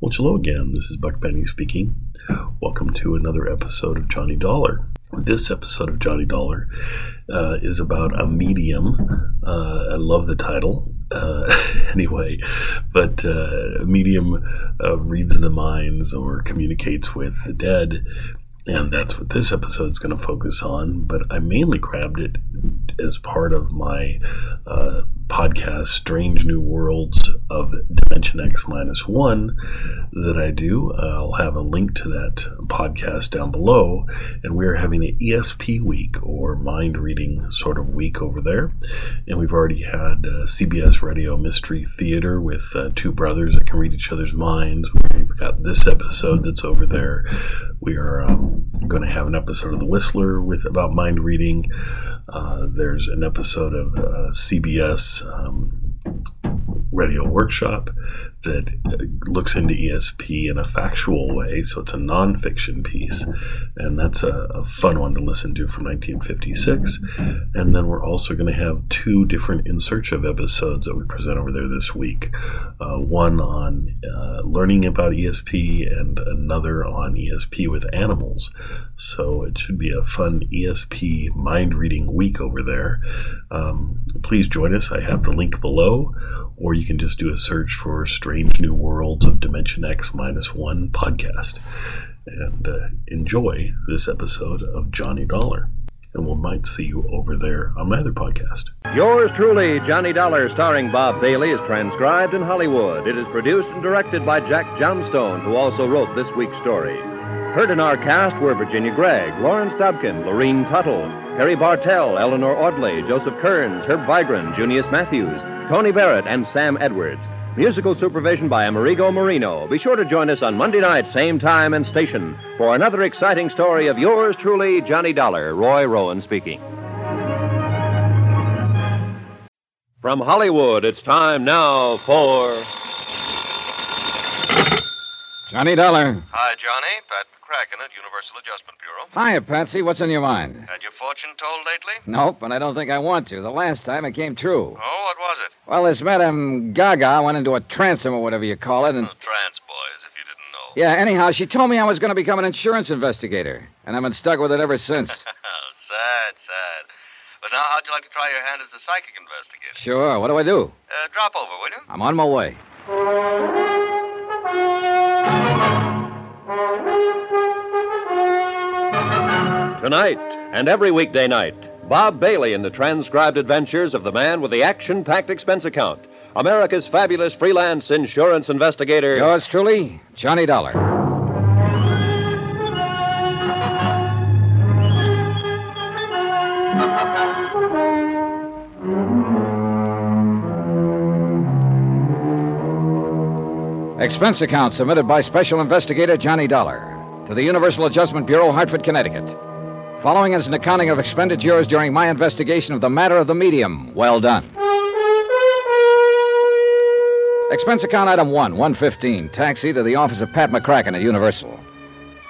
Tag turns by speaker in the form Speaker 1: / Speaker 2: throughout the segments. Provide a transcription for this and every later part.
Speaker 1: Well, hello again. This is Buck Benny speaking. Welcome to another episode of Johnny Dollar. This episode of Johnny Dollar uh, is about a medium. Uh, I love the title. Uh, anyway, but uh, a medium uh, reads the minds or communicates with the dead, and that's what this episode is going to focus on. But I mainly grabbed it as part of my uh, podcast, Strange New Worlds of Dimension X Minus One, that I do. I'll have a link to that podcast down below. And we are having an ESP week or mind reading sort of week over there. And we've already had uh, CBS Radio Mystery Theater with uh, two brothers that can read each other's minds. We've got this episode that's over there. We are um, going to have an episode of The Whistler with about mind reading. Uh, there's an episode of uh, CBS um, Radio Workshop that uh, looks into ESP in a factual way, so it's a nonfiction piece, and that's a, a fun one to listen to from 1956. And then we're also going to have two different In Search of episodes that we present over there this week uh, one on uh, learning about ESP, and another on ESP with animals. So it should be a fun ESP mind reading week over there. Um, please join us. I have the link below, or you can just do a search for Strange New Worlds of Dimension X Minus One podcast. And uh, enjoy this episode of Johnny Dollar. And we might see you over there on my other podcast.
Speaker 2: Yours truly, Johnny Dollar, starring Bob Bailey, is transcribed in Hollywood. It is produced and directed by Jack Johnstone, who also wrote this week's story. Heard in our cast were Virginia Gregg, Lawrence Dobkin, Lorene Tuttle, Harry Bartell, Eleanor Audley, Joseph Kearns, Herb Vigran, Junius Matthews, Tony Barrett, and Sam Edwards. Musical supervision by Amerigo Marino. Be sure to join us on Monday night, same time and station, for another exciting story of yours truly, Johnny Dollar, Roy Rowan speaking. From Hollywood, it's time now for.
Speaker 3: Johnny Dollar.
Speaker 4: Hi, Johnny. Pat McCracken at Universal Adjustment Bureau.
Speaker 3: Hiya, Patsy. What's on your mind?
Speaker 4: Had your fortune told lately?
Speaker 3: Nope, and I don't think I want to. The last time it came true.
Speaker 4: Oh, what was it?
Speaker 3: Well, this Madame Gaga went into a transom or whatever you call it, and.
Speaker 4: Oh, trans boys, if you didn't know.
Speaker 3: Yeah, anyhow, she told me I was going to become an insurance investigator, and I've been stuck with it ever since.
Speaker 4: Oh, sad, sad. But now, how'd you like to try your hand as a psychic investigator?
Speaker 3: sure, what do I do?
Speaker 4: Uh, drop over, will you?
Speaker 3: I'm on my way.
Speaker 2: Tonight and every weekday night, Bob Bailey in the transcribed adventures of the man with the action packed expense account, America's fabulous freelance insurance investigator.
Speaker 3: Yours truly, Johnny Dollar. Expense account submitted by Special Investigator Johnny Dollar to the Universal Adjustment Bureau, Hartford, Connecticut. Following is an accounting of expenditures during my investigation of the matter of the medium. Well done. Expense account item one, 115, taxi to the office of Pat McCracken at Universal.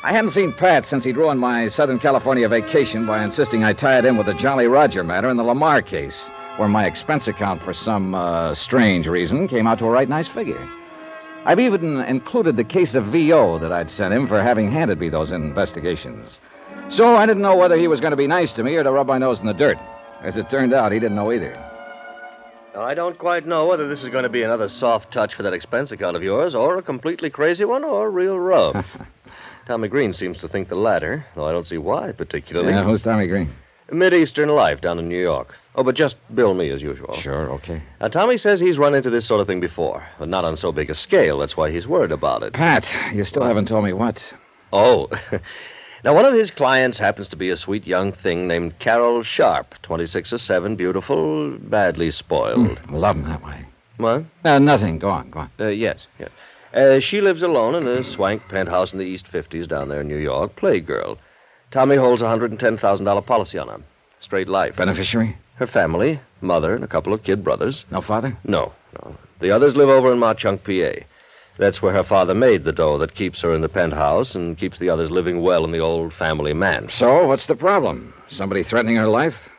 Speaker 3: I hadn't seen Pat since he'd ruined my Southern California vacation by insisting I tie it in with the Jolly Roger matter in the Lamar case, where my expense account, for some uh, strange reason, came out to a right nice figure. I've even included the case of VO that I'd sent him for having handed me those investigations. So I didn't know whether he was going to be nice to me or to rub my nose in the dirt. As it turned out, he didn't know either.
Speaker 5: Now, I don't quite know whether this is going to be another soft touch for that expense account of yours, or a completely crazy one, or real rough. Tommy Green seems to think the latter, though I don't see why particularly.
Speaker 3: Yeah, who's Tommy Green?
Speaker 5: Mid-Eastern life down in New York. Oh, but just bill me as usual.
Speaker 3: Sure, okay.
Speaker 5: Now, Tommy says he's run into this sort of thing before, but not on so big a scale. That's why he's worried about it.
Speaker 3: Pat, you still haven't told me what.
Speaker 5: Oh. now, one of his clients happens to be a sweet young thing named Carol Sharp, 26 or 7, beautiful, badly spoiled.
Speaker 3: Hmm, Love him that way.
Speaker 5: What?
Speaker 3: Uh, nothing. Go on, go on.
Speaker 5: Uh, yes, yes. Uh, she lives alone in a swank penthouse in the East 50s down there in New York, Playgirl. Tommy holds a $110,000 policy on her. Straight life.
Speaker 3: Beneficiary?
Speaker 5: Her family, mother, and a couple of kid brothers.
Speaker 3: No father?
Speaker 5: No, no. The others live over in Mauchunk, PA. That's where her father made the dough that keeps her in the penthouse and keeps the others living well in the old family manse.
Speaker 3: So, what's the problem? Somebody threatening her life?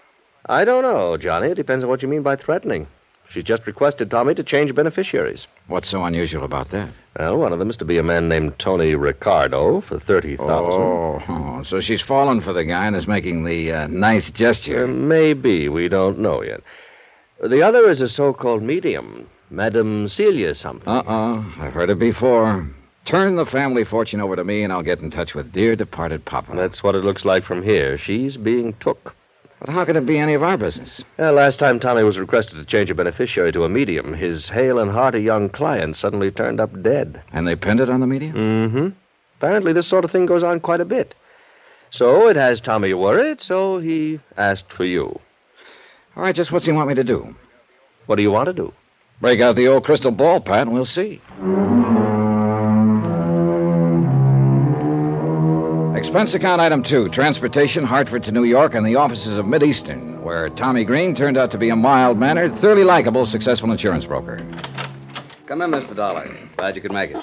Speaker 5: I don't know, Johnny. It depends on what you mean by threatening. She's just requested Tommy to change beneficiaries.
Speaker 3: What's so unusual about that?
Speaker 5: Well, one of them is to be a man named Tony Ricardo for thirty thousand.
Speaker 3: Oh, oh, so she's fallen for the guy and is making the uh, nice
Speaker 5: Uh,
Speaker 3: gesture.
Speaker 5: maybe. We don't know yet. The other is a so called medium, Madame Celia something.
Speaker 3: Uh uh-uh, uh, i have heard it before. Turn the family fortune over to me, and I'll get in touch with dear departed Papa.
Speaker 5: That's what it looks like from here. She's being took.
Speaker 3: But how could it be any of our business?
Speaker 5: Uh, last time Tommy was requested to change a beneficiary to a medium, his hale and hearty young client suddenly turned up dead. Mm-hmm.
Speaker 3: And they pinned it on the media?
Speaker 5: Apparently, this sort of thing goes on quite a bit. So it has Tommy worried, so he asked for you.
Speaker 3: All right, just what's he want me to do?
Speaker 5: What do you want to do?
Speaker 3: Break out the old crystal ball, Pat, and we'll see. Expense account item two transportation, Hartford to New York, and the offices of Mideastern, where Tommy Green turned out to be a mild mannered, thoroughly likable, successful insurance broker.
Speaker 6: Come in, Mr. Dollar. Glad you could make it.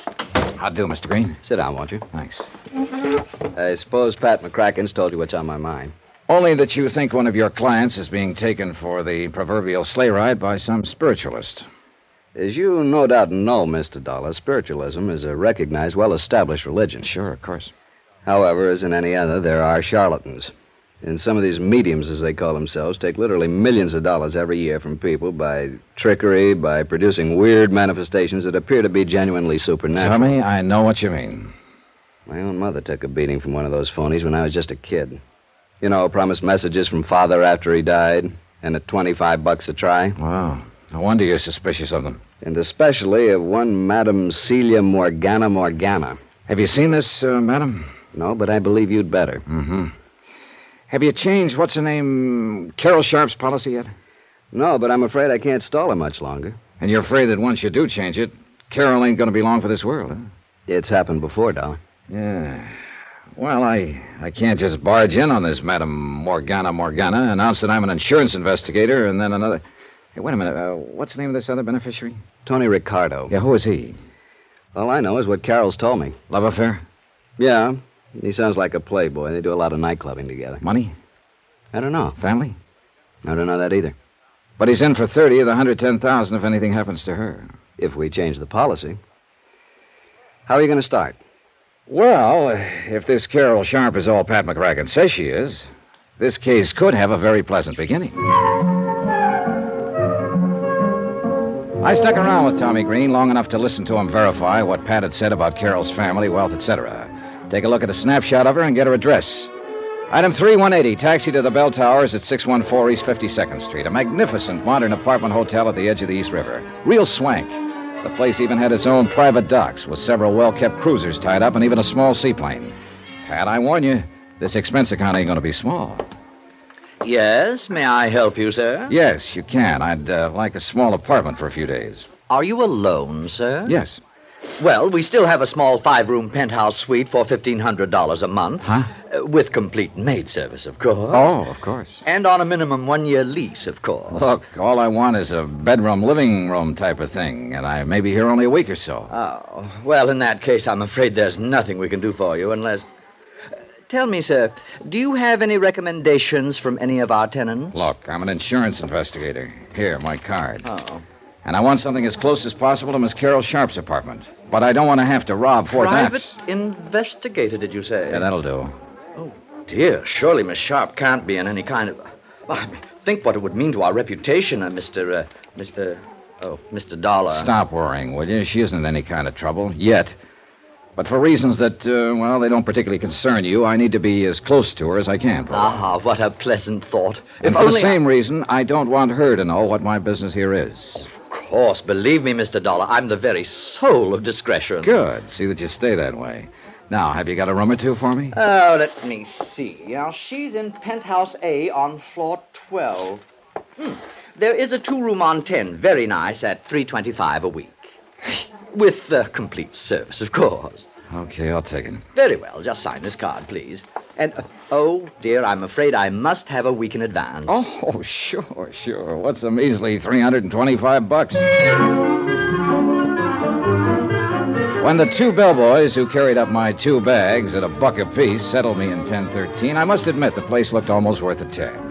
Speaker 3: How do, Mr. Green?
Speaker 6: Sit down, won't you?
Speaker 3: Thanks.
Speaker 6: I suppose Pat McCracken's told you what's on my mind.
Speaker 3: Only that you think one of your clients is being taken for the proverbial sleigh ride by some spiritualist.
Speaker 6: As you no doubt know, Mr. Dollar, spiritualism is a recognized, well established religion.
Speaker 3: Sure, of course.
Speaker 6: However, as in any other, there are charlatans. And some of these mediums, as they call themselves, take literally millions of dollars every year from people by trickery, by producing weird manifestations that appear to be genuinely supernatural.
Speaker 3: Tommy, I know what you mean.
Speaker 6: My own mother took a beating from one of those phonies when I was just a kid. You know, promised messages from father after he died, and at 25 bucks a try,
Speaker 3: Wow. No wonder you're suspicious of them.
Speaker 6: and especially of one Madame Celia Morgana Morgana.
Speaker 3: Have you seen this, uh, madam? Mm-hmm.
Speaker 6: No, but I believe you'd better.
Speaker 3: Have you changed what's her name, Carol Sharp's policy yet?
Speaker 6: No, but I'm afraid I can't stall her much longer.
Speaker 3: And you're afraid that once you do change it, Carol ain't going to be long for this world, huh?
Speaker 6: It's happened before, Dollar.
Speaker 3: Yeah. Well, I, I can't just barge in on this Madam Morgana Morgana, announce that I'm an insurance investigator, and then another. Hey, wait a minute. Uh, what's the name of this other beneficiary?
Speaker 6: Tony Ricardo.
Speaker 3: Yeah, who is he?
Speaker 6: All I know is what Carol's told me.
Speaker 3: Love affair?
Speaker 6: Yeah, he sounds like a playboy. They do a lot of night clubbing together.
Speaker 3: Money?
Speaker 6: I don't know.
Speaker 3: Family?
Speaker 6: I don't know that either.
Speaker 3: But he's in for 30 of the 110000 if anything happens to her.
Speaker 6: If we change the policy. How are you going to start?
Speaker 3: Well, if this Carol Sharp is all Pat McCracken says she is, this case could have a very pleasant beginning. I stuck around with Tommy Green long enough to listen to him verify what Pat had said about Carol's family, wealth, etc. Take a look at a snapshot of her and get her address. Item 3180, taxi to the Bell Towers at 614 East 52nd Street, a magnificent modern apartment hotel at the edge of the East River. Real swank. The place even had its own private docks with several well kept cruisers tied up and even a small seaplane. Pat, I warn you, this expense account ain't going to be small.
Speaker 7: Yes, may I help you, sir?
Speaker 3: Yes, you can. I'd uh, like a small apartment for a few days.
Speaker 7: Are you alone, sir?
Speaker 3: Yes.
Speaker 7: Well, we still have a small five room penthouse suite for $1,500 a month.
Speaker 3: Huh?
Speaker 7: Uh, with complete maid service, of course.
Speaker 3: Oh, of course.
Speaker 7: And on a minimum one year lease, of course.
Speaker 3: Look, all I want is a bedroom, living room type of thing, and I may be here only a week or so.
Speaker 7: Oh, well, in that case, I'm afraid there's nothing we can do for you unless. Uh, Tell me, sir, do you have any recommendations from any of our tenants?
Speaker 3: Look, I'm an insurance investigator. Here, my card.
Speaker 7: Oh.
Speaker 3: And I want something as close as possible to Miss Carol Sharp's apartment. But I don't want to have to rob Fort
Speaker 7: Private
Speaker 3: Knox.
Speaker 7: investigator, did you say? Oh,
Speaker 3: Yeah, that'll do.
Speaker 7: Dear, surely Miss Sharp can't be in any kind of. Well, I mean, think what it would mean to our reputation, uh, Mr. Uh, Mr. Oh, Mr. Dollar.
Speaker 3: Stop worrying, will you? She isn't in any kind of trouble yet. But for reasons that, uh, well, they don't particularly concern you, I need to be as close to her as I can. For a while.
Speaker 7: Ah, what a pleasant thought.
Speaker 3: and for the same reason, I don't want her to know what my business here is.
Speaker 7: Of course, believe me, Mr. Dollar, I'm the very soul of discretion.
Speaker 3: Good. See that you stay that way. Now, have you got a room or two for me?
Speaker 7: Oh, let me see. Now, she's in penthouse A on floor 12. Hmm. There is a two room on 10, very nice, at 325 a week. With uh, complete service, of course.
Speaker 3: Okay, I'll take it.
Speaker 7: Very well, just sign this card, please. And, uh, oh dear, I'm afraid I must have a week in advance.
Speaker 3: Oh, sure, sure. What's a measly 325 bucks? When the two bellboys who carried up my two bags at a buck apiece settled me in 1013, I must admit the place looked almost worth a tab.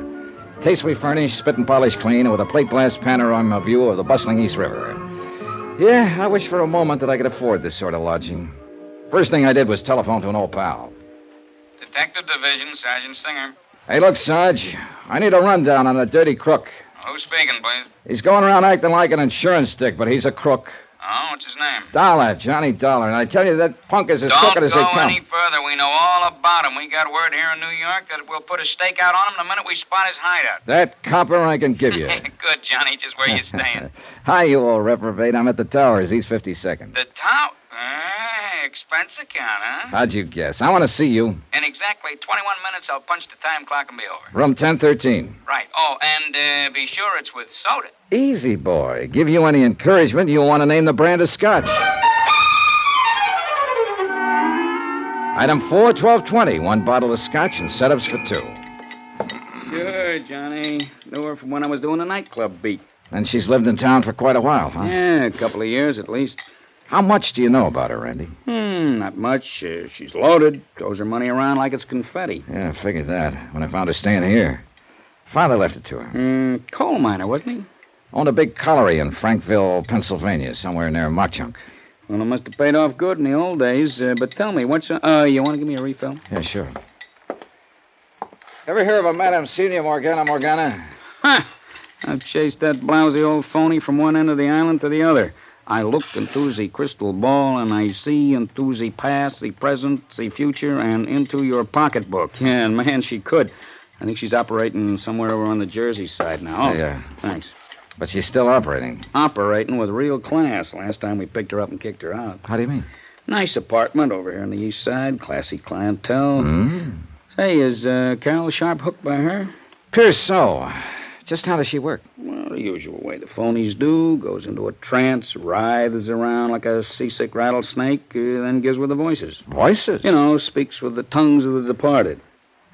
Speaker 3: Tastefully furnished, spit and polished clean, and with a plate glass panorama view of the bustling East River. Yeah, I wish for a moment that I could afford this sort of lodging. First thing I did was telephone to an old pal.
Speaker 8: Detective Division, Sergeant Singer.
Speaker 3: Hey, look, Sarge, I need a rundown on a dirty crook.
Speaker 8: Who's speaking, please?
Speaker 3: He's going around acting like an insurance stick, but he's a crook.
Speaker 8: Oh, what's his name?
Speaker 3: Dollar, Johnny Dollar. And I tell you, that punk is as crooked
Speaker 8: Don't
Speaker 3: as they
Speaker 8: go
Speaker 3: come.
Speaker 8: any further. We know all about him. We got word here in New York that we'll put a stakeout on him the minute we spot his hideout.
Speaker 3: That copper I can give you.
Speaker 8: Good, Johnny. Just where you staying?
Speaker 3: Hi, you old reprobate. I'm at the Towers, East 52nd.
Speaker 8: the town. Eh, expense account, huh?
Speaker 3: How'd you guess? I want to see you.
Speaker 8: In exactly 21 minutes, I'll punch the time clock and be over.
Speaker 3: Room 1013.
Speaker 8: Right. Oh, and uh, be sure it's with soda.
Speaker 3: Easy, boy. Give you any encouragement, you'll want to name the brand of scotch. Item 4, 1220. One bottle of scotch and setups for two.
Speaker 9: Sure, Johnny. Knew her from when I was doing a nightclub beat.
Speaker 3: And she's lived in town for quite a while, huh?
Speaker 9: Yeah, a couple of years at least.
Speaker 3: How much do you know about her, Randy?
Speaker 9: Hmm, not much. Uh, she's loaded. Throws her money around like it's confetti.
Speaker 3: Yeah, I figured that when I found her staying here. Father left it to her.
Speaker 9: Hmm, coal miner, wasn't he?
Speaker 3: Owned a big colliery in Frankville, Pennsylvania, somewhere near Mockchunk.
Speaker 9: Well, it must have paid off good in the old days. Uh, but tell me, what's... Uh, uh, you want to give me a refill?
Speaker 3: Yeah, sure. Ever hear of a Madame Celia Morgana Morgana?
Speaker 9: I've chased that blousy old phony from one end of the island to the other. I look into the crystal ball, and I see into the past, the present, the future, and into your pocketbook. Yeah, and man, she could. I think she's operating somewhere over on the Jersey side now.
Speaker 3: Yeah.
Speaker 9: Thanks.
Speaker 3: But she's still operating.
Speaker 9: Operating with real class. Last time we picked her up and kicked her out.
Speaker 3: How do you mean?
Speaker 9: Nice apartment over here on the east side. Classy clientele.
Speaker 3: Hmm.
Speaker 9: Say, is uh, Carol Sharp hooked by her?
Speaker 3: Appears so. Just how does she work?
Speaker 9: Well, the usual way the phonies do goes into a trance, writhes around like a seasick rattlesnake, uh, then gives with the voices.
Speaker 3: Voices.
Speaker 9: You know, speaks with the tongues of the departed.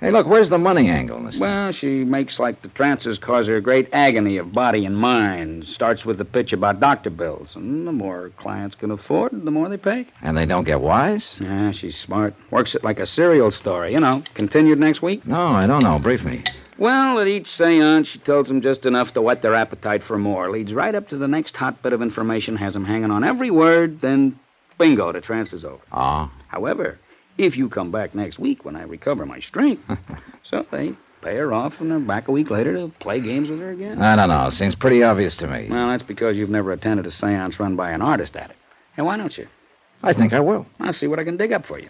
Speaker 3: Hey, look, where's the money angle in this? thing?
Speaker 9: Well, she makes like the trances cause her great agony of body and mind. Starts with the pitch about doctor bills, and the more clients can afford, the more they pay.
Speaker 3: And they don't get wise?
Speaker 9: Yeah, she's smart. Works it like a serial story, you know. Continued next week.
Speaker 3: No, I don't know. Brief me.
Speaker 9: Well, at each seance, she tells them just enough to whet their appetite for more. Leads right up to the next hot bit of information, has them hanging on every word, then bingo, the trance is over.
Speaker 3: Ah.
Speaker 9: However, if you come back next week when I recover my strength, so they pay her off and they're back a week later to play games with her again.
Speaker 3: I don't know. Seems pretty obvious to me.
Speaker 9: Well, that's because you've never attended a seance run by an artist at it. Hey, why don't you?
Speaker 3: I think I will.
Speaker 9: I'll see what I can dig up for you.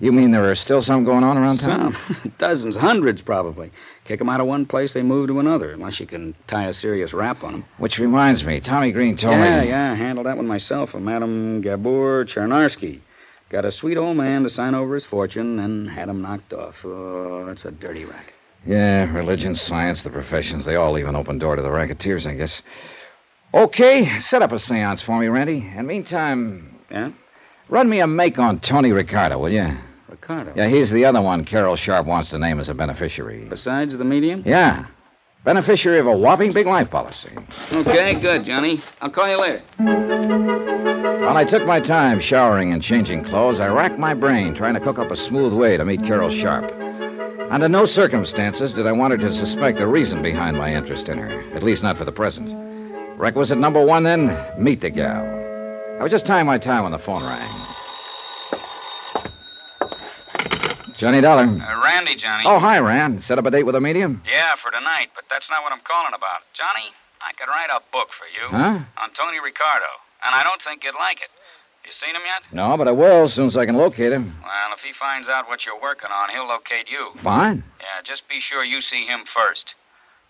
Speaker 3: You mean there are still some going on around town?
Speaker 9: Some. Dozens, hundreds probably. Kick 'em out of one place, they move to another, unless you can tie a serious rap on 'em.
Speaker 3: Which reminds me, Tommy Green told
Speaker 9: Yeah,
Speaker 3: me.
Speaker 9: yeah, I handled that one myself. A Madame Gabor Charnarsky. Got a sweet old man to sign over his fortune and had him knocked off. Oh, that's a dirty racket.
Speaker 3: Yeah, religion, science, the professions, they all leave an open door to the racketeers, I guess. Okay, set up a seance for me, Randy. And meantime,
Speaker 9: Yeah?
Speaker 3: run me a make on Tony Ricardo, will you?
Speaker 9: Ricardo.
Speaker 3: Yeah, he's the other one Carol Sharp wants to name as a beneficiary.
Speaker 9: Besides the medium?
Speaker 3: Yeah. Beneficiary of a whopping big life policy.
Speaker 9: Okay, good, Johnny. I'll call you later.
Speaker 3: While I took my time showering and changing clothes, I racked my brain trying to cook up a smooth way to meet Carol Sharp. Under no circumstances did I want her to suspect the reason behind my interest in her, at least not for the present. Requisite number one, then, meet the gal. I was just tying my tie when the phone rang. Johnny Dollar.
Speaker 8: Uh, Randy, Johnny.
Speaker 3: Oh, hi, Rand. Set up a date with a medium?
Speaker 8: Yeah, for tonight, but that's not what I'm calling about. Johnny, I could write a book for you
Speaker 3: Huh?
Speaker 8: on Tony Ricardo, and I don't think you'd like it. You seen him yet?
Speaker 3: No, but I will as soon as I can locate him.
Speaker 8: Well, if he finds out what you're working on, he'll locate you.
Speaker 3: Fine.
Speaker 8: Yeah, just be sure you see him first,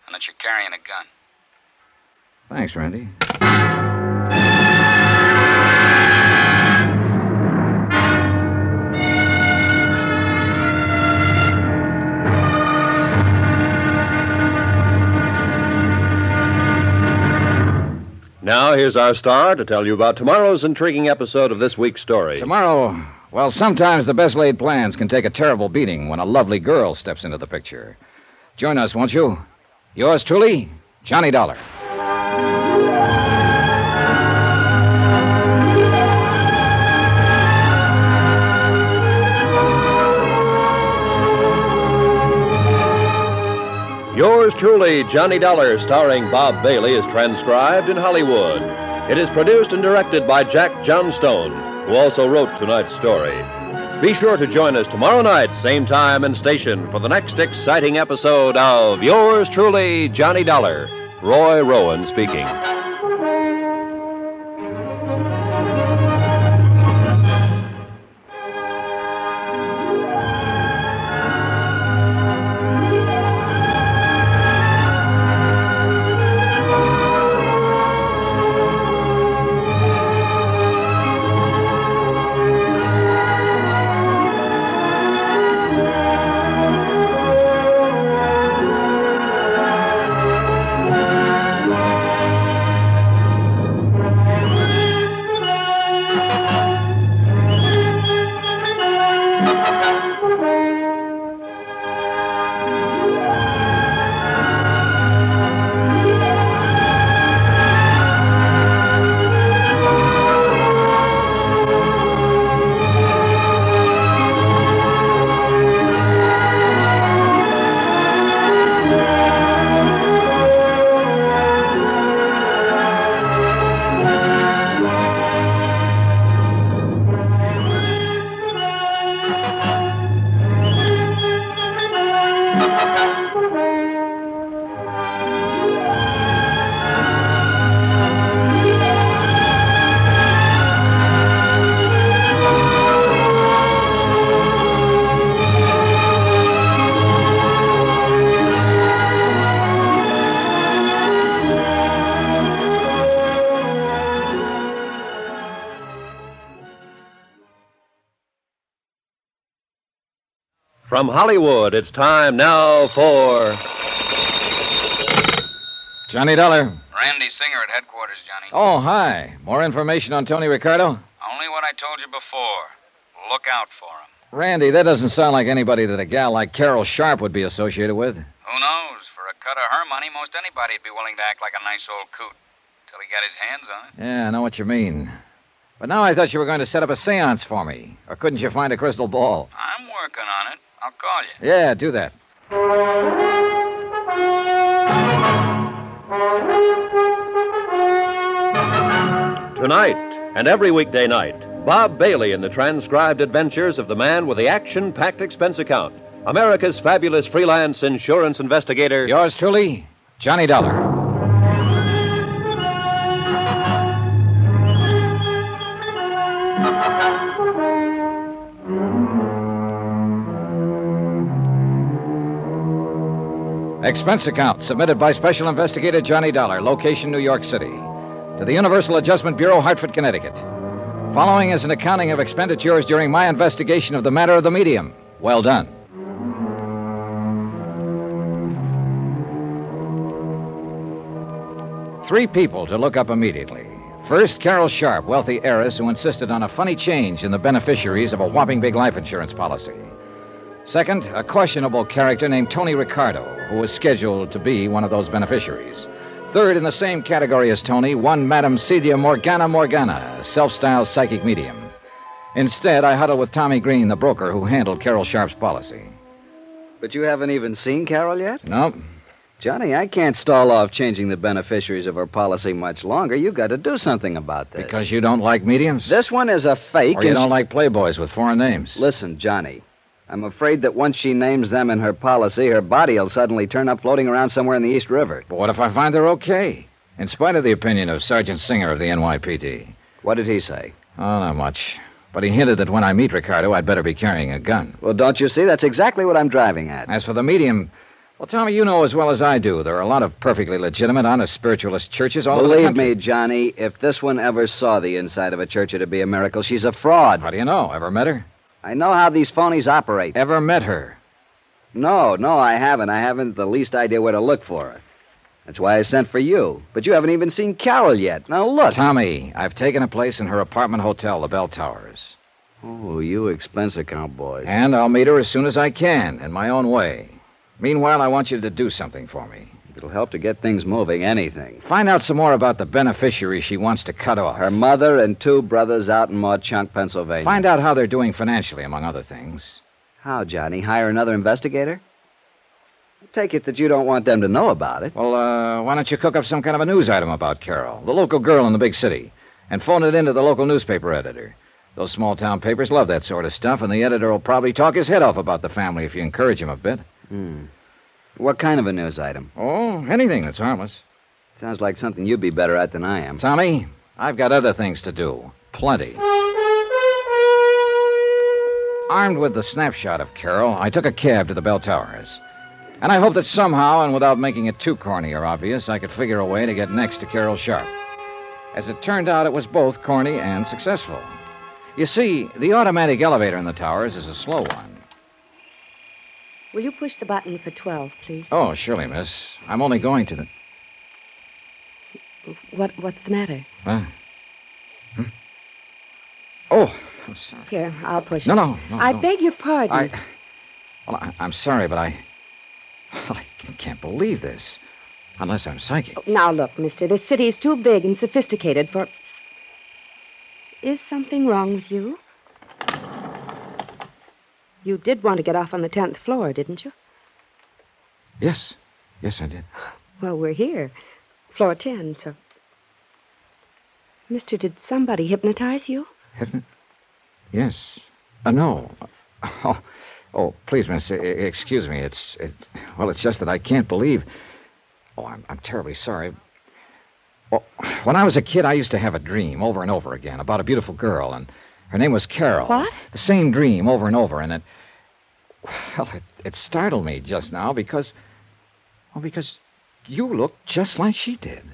Speaker 8: and that you're carrying a gun.
Speaker 3: Thanks, Randy.
Speaker 2: Now, here's our star to tell you about tomorrow's intriguing episode of this week's story.
Speaker 3: Tomorrow, well, sometimes the best laid plans can take a terrible beating when a lovely girl steps into the picture. Join us, won't you? Yours truly, Johnny Dollar.
Speaker 2: Yours truly, Johnny Dollar, starring Bob Bailey, is transcribed in Hollywood. It is produced and directed by Jack Johnstone, who also wrote tonight's story. Be sure to join us tomorrow night, same time and station, for the next exciting episode of Yours truly, Johnny Dollar. Roy Rowan speaking. From Hollywood, it's time now for.
Speaker 3: Johnny Dollar.
Speaker 4: Randy Singer at headquarters, Johnny.
Speaker 3: Oh, hi. More information on Tony Ricardo?
Speaker 4: Only what I told you before. Look out for him.
Speaker 3: Randy, that doesn't sound like anybody that a gal like Carol Sharp would be associated with.
Speaker 4: Who knows? For a cut of her money, most anybody'd be willing to act like a nice old coot. Till he got his hands on it.
Speaker 3: Yeah, I know what you mean. But now I thought you were going to set up a seance for me. Or couldn't you find a crystal ball?
Speaker 4: I'm working on it. I'll call you.
Speaker 3: Yeah, do that.
Speaker 2: Tonight and every weekday night, Bob Bailey in the transcribed adventures of the man with the action packed expense account, America's fabulous freelance insurance investigator.
Speaker 3: Yours truly, Johnny Dollar. Expense account submitted by Special Investigator Johnny Dollar, location New York City, to the Universal Adjustment Bureau, Hartford, Connecticut. Following is an accounting of expenditures during my investigation of the matter of the medium. Well done. Three people to look up immediately. First, Carol Sharp, wealthy heiress who insisted on a funny change in the beneficiaries of a whopping big life insurance policy. Second, a questionable character named Tony Ricardo, who was scheduled to be one of those beneficiaries. Third, in the same category as Tony, one Madame Celia Morgana Morgana, a self styled psychic medium. Instead, I huddled with Tommy Green, the broker who handled Carol Sharp's policy.
Speaker 6: But you haven't even seen Carol yet?
Speaker 3: Nope.
Speaker 6: Johnny, I can't stall off changing the beneficiaries of her policy much longer. You've got to do something about this.
Speaker 3: Because you don't like mediums?
Speaker 6: This one is a fake.
Speaker 3: Or you
Speaker 6: and
Speaker 3: don't
Speaker 6: she-
Speaker 3: like playboys with foreign names?
Speaker 6: Listen, Johnny. I'm afraid that once she names them in her policy, her body'll suddenly turn up floating around somewhere in the East River.
Speaker 3: But what if I find they're okay? In spite of the opinion of Sergeant Singer of the NYPD.
Speaker 6: What did he say?
Speaker 3: Oh, not much. But he hinted that when I meet Ricardo, I'd better be carrying a gun.
Speaker 6: Well, don't you see? That's exactly what I'm driving at.
Speaker 3: As for the medium, well, Tommy, you know as well as I do, there are a lot of perfectly legitimate, honest spiritualist churches all over the
Speaker 6: Believe
Speaker 3: country.
Speaker 6: me, Johnny, if this one ever saw the inside of a church, it'd be a miracle. She's a fraud.
Speaker 3: How do you know? Ever met her?
Speaker 6: I know how these phonies operate.
Speaker 3: Ever met her?
Speaker 6: No, no, I haven't. I haven't the least idea where to look for her. That's why I sent for you. But you haven't even seen Carol yet. Now look.
Speaker 3: Tommy, I've taken a place in her apartment hotel, the Bell Towers.
Speaker 6: Oh, you expense account boys.
Speaker 3: And I'll meet her as soon as I can, in my own way. Meanwhile, I want you to do something for me.
Speaker 6: It'll help to get things moving, anything.
Speaker 3: Find out some more about the beneficiary she wants to cut off.
Speaker 6: Her mother and two brothers out in Mauchunk, Pennsylvania.
Speaker 3: Find out how they're doing financially, among other things.
Speaker 6: How, Johnny? Hire another investigator? Take it that you don't want them to know about it.
Speaker 3: Well, uh, why don't you cook up some kind of a news item about Carol, the local girl in the big city, and phone it in to the local newspaper editor? Those small town papers love that sort of stuff, and the editor will probably talk his head off about the family if you encourage him a bit.
Speaker 6: What kind of a news item?
Speaker 3: Oh, anything that's harmless.
Speaker 6: Sounds like something you'd be better at than I am.
Speaker 3: Tommy, I've got other things to do. Plenty. Armed with the snapshot of Carol, I took a cab to the bell towers. And I hoped that somehow, and without making it too corny or obvious, I could figure a way to get next to Carol Sharp. As it turned out, it was both corny and successful. You see, the automatic elevator in the towers is a slow one.
Speaker 10: Will you push the button for 12, please?
Speaker 3: Oh, surely, miss. I'm only going to the.
Speaker 10: What, what's the matter?
Speaker 3: Huh? Hmm? Oh, I'm sorry.
Speaker 10: Here, I'll push
Speaker 3: No,
Speaker 10: it.
Speaker 3: no, no.
Speaker 10: I
Speaker 3: no.
Speaker 10: beg your pardon.
Speaker 3: I. Well, I, I'm sorry, but I. Well, I can't believe this. Unless I'm psychic.
Speaker 10: Now, look, mister, this city is too big and sophisticated for. Is something wrong with you? You did want to get off on the 10th floor, didn't you?
Speaker 3: Yes. Yes, I did.
Speaker 10: Well, we're here. Floor 10, so. Mister, did somebody hypnotize you?
Speaker 3: Yes. Uh, no. Oh, oh, please, miss, e- e- excuse me. It's, it, well, it's just that I can't believe. Oh, I'm, I'm terribly sorry. Well, when I was a kid, I used to have a dream over and over again about a beautiful girl, and her name was Carol.
Speaker 10: What?
Speaker 3: The same dream over and over, and it, well, it, it startled me just now because, well, because you looked just like she did.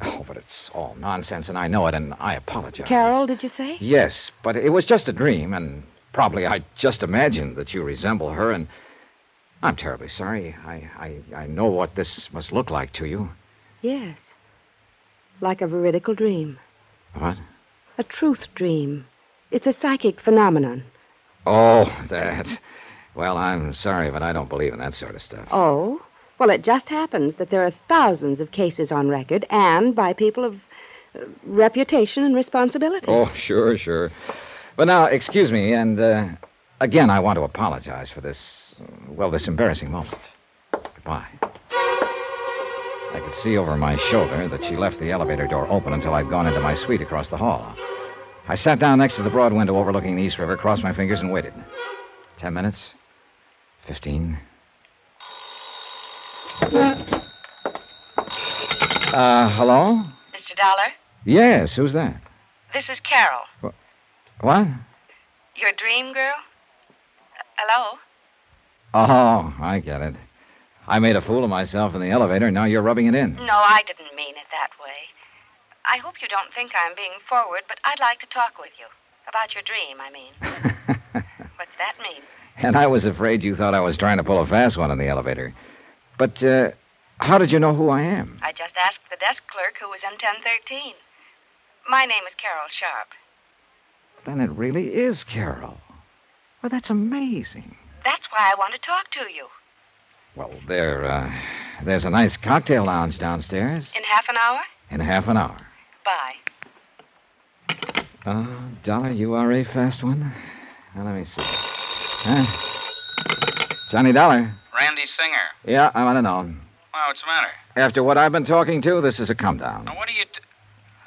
Speaker 3: Oh, but it's all nonsense, and I know it, and I apologize.
Speaker 10: Carol, did you say?
Speaker 3: Yes, but it was just a dream, and probably I just imagined that you resemble her, and I'm terribly sorry. I, I, I know what this must look like to you.
Speaker 10: Yes. Like a veridical dream,
Speaker 3: What?
Speaker 10: a truth dream. It's a psychic phenomenon.
Speaker 3: Oh, that. Well, I'm sorry, but I don't believe in that sort of stuff.
Speaker 10: Oh? Well, it just happens that there are thousands of cases on record and by people of uh, reputation and responsibility.
Speaker 3: Oh, sure, sure. But now, excuse me, and uh, again, I want to apologize for this, uh, well, this embarrassing moment. Goodbye. I could see over my shoulder that she left the elevator door open until I'd gone into my suite across the hall. I sat down next to the broad window overlooking the East River, crossed my fingers, and waited. Ten minutes? Fifteen? Uh, hello?
Speaker 11: Mr. Dollar,
Speaker 3: Yes, who's that?
Speaker 11: this is Carol,
Speaker 3: What?
Speaker 11: your dream girl. Uh, hello?
Speaker 3: Oh, I get it. I made a fool of myself in the elevator, and now you're rubbing it in.
Speaker 11: No, I didn't mean it that way. I hope you don't think I'm being forward, but I'd like to talk with you. About your dream, I mean. What's that mean?
Speaker 3: And I was afraid you thought I was trying to pull a fast one in the elevator. But uh, how did you know who I am?
Speaker 11: I just asked the desk clerk who was in 1013. My name is Carol Sharp.
Speaker 3: Then it really is Carol. Well, that's amazing.
Speaker 11: That's why I want to talk to you.
Speaker 3: Well, there, uh, there's a nice cocktail lounge downstairs
Speaker 11: In half an hour?
Speaker 3: in half an hour.
Speaker 11: Bye.
Speaker 3: Uh, Dollar, you are a fast one. Now, let me see. Huh? Johnny Dollar.
Speaker 4: Randy Singer.
Speaker 3: Yeah, I want to know.
Speaker 4: Wow, what's the matter?
Speaker 3: After what I've been talking to, this is a come down.
Speaker 4: Now, what are you. D-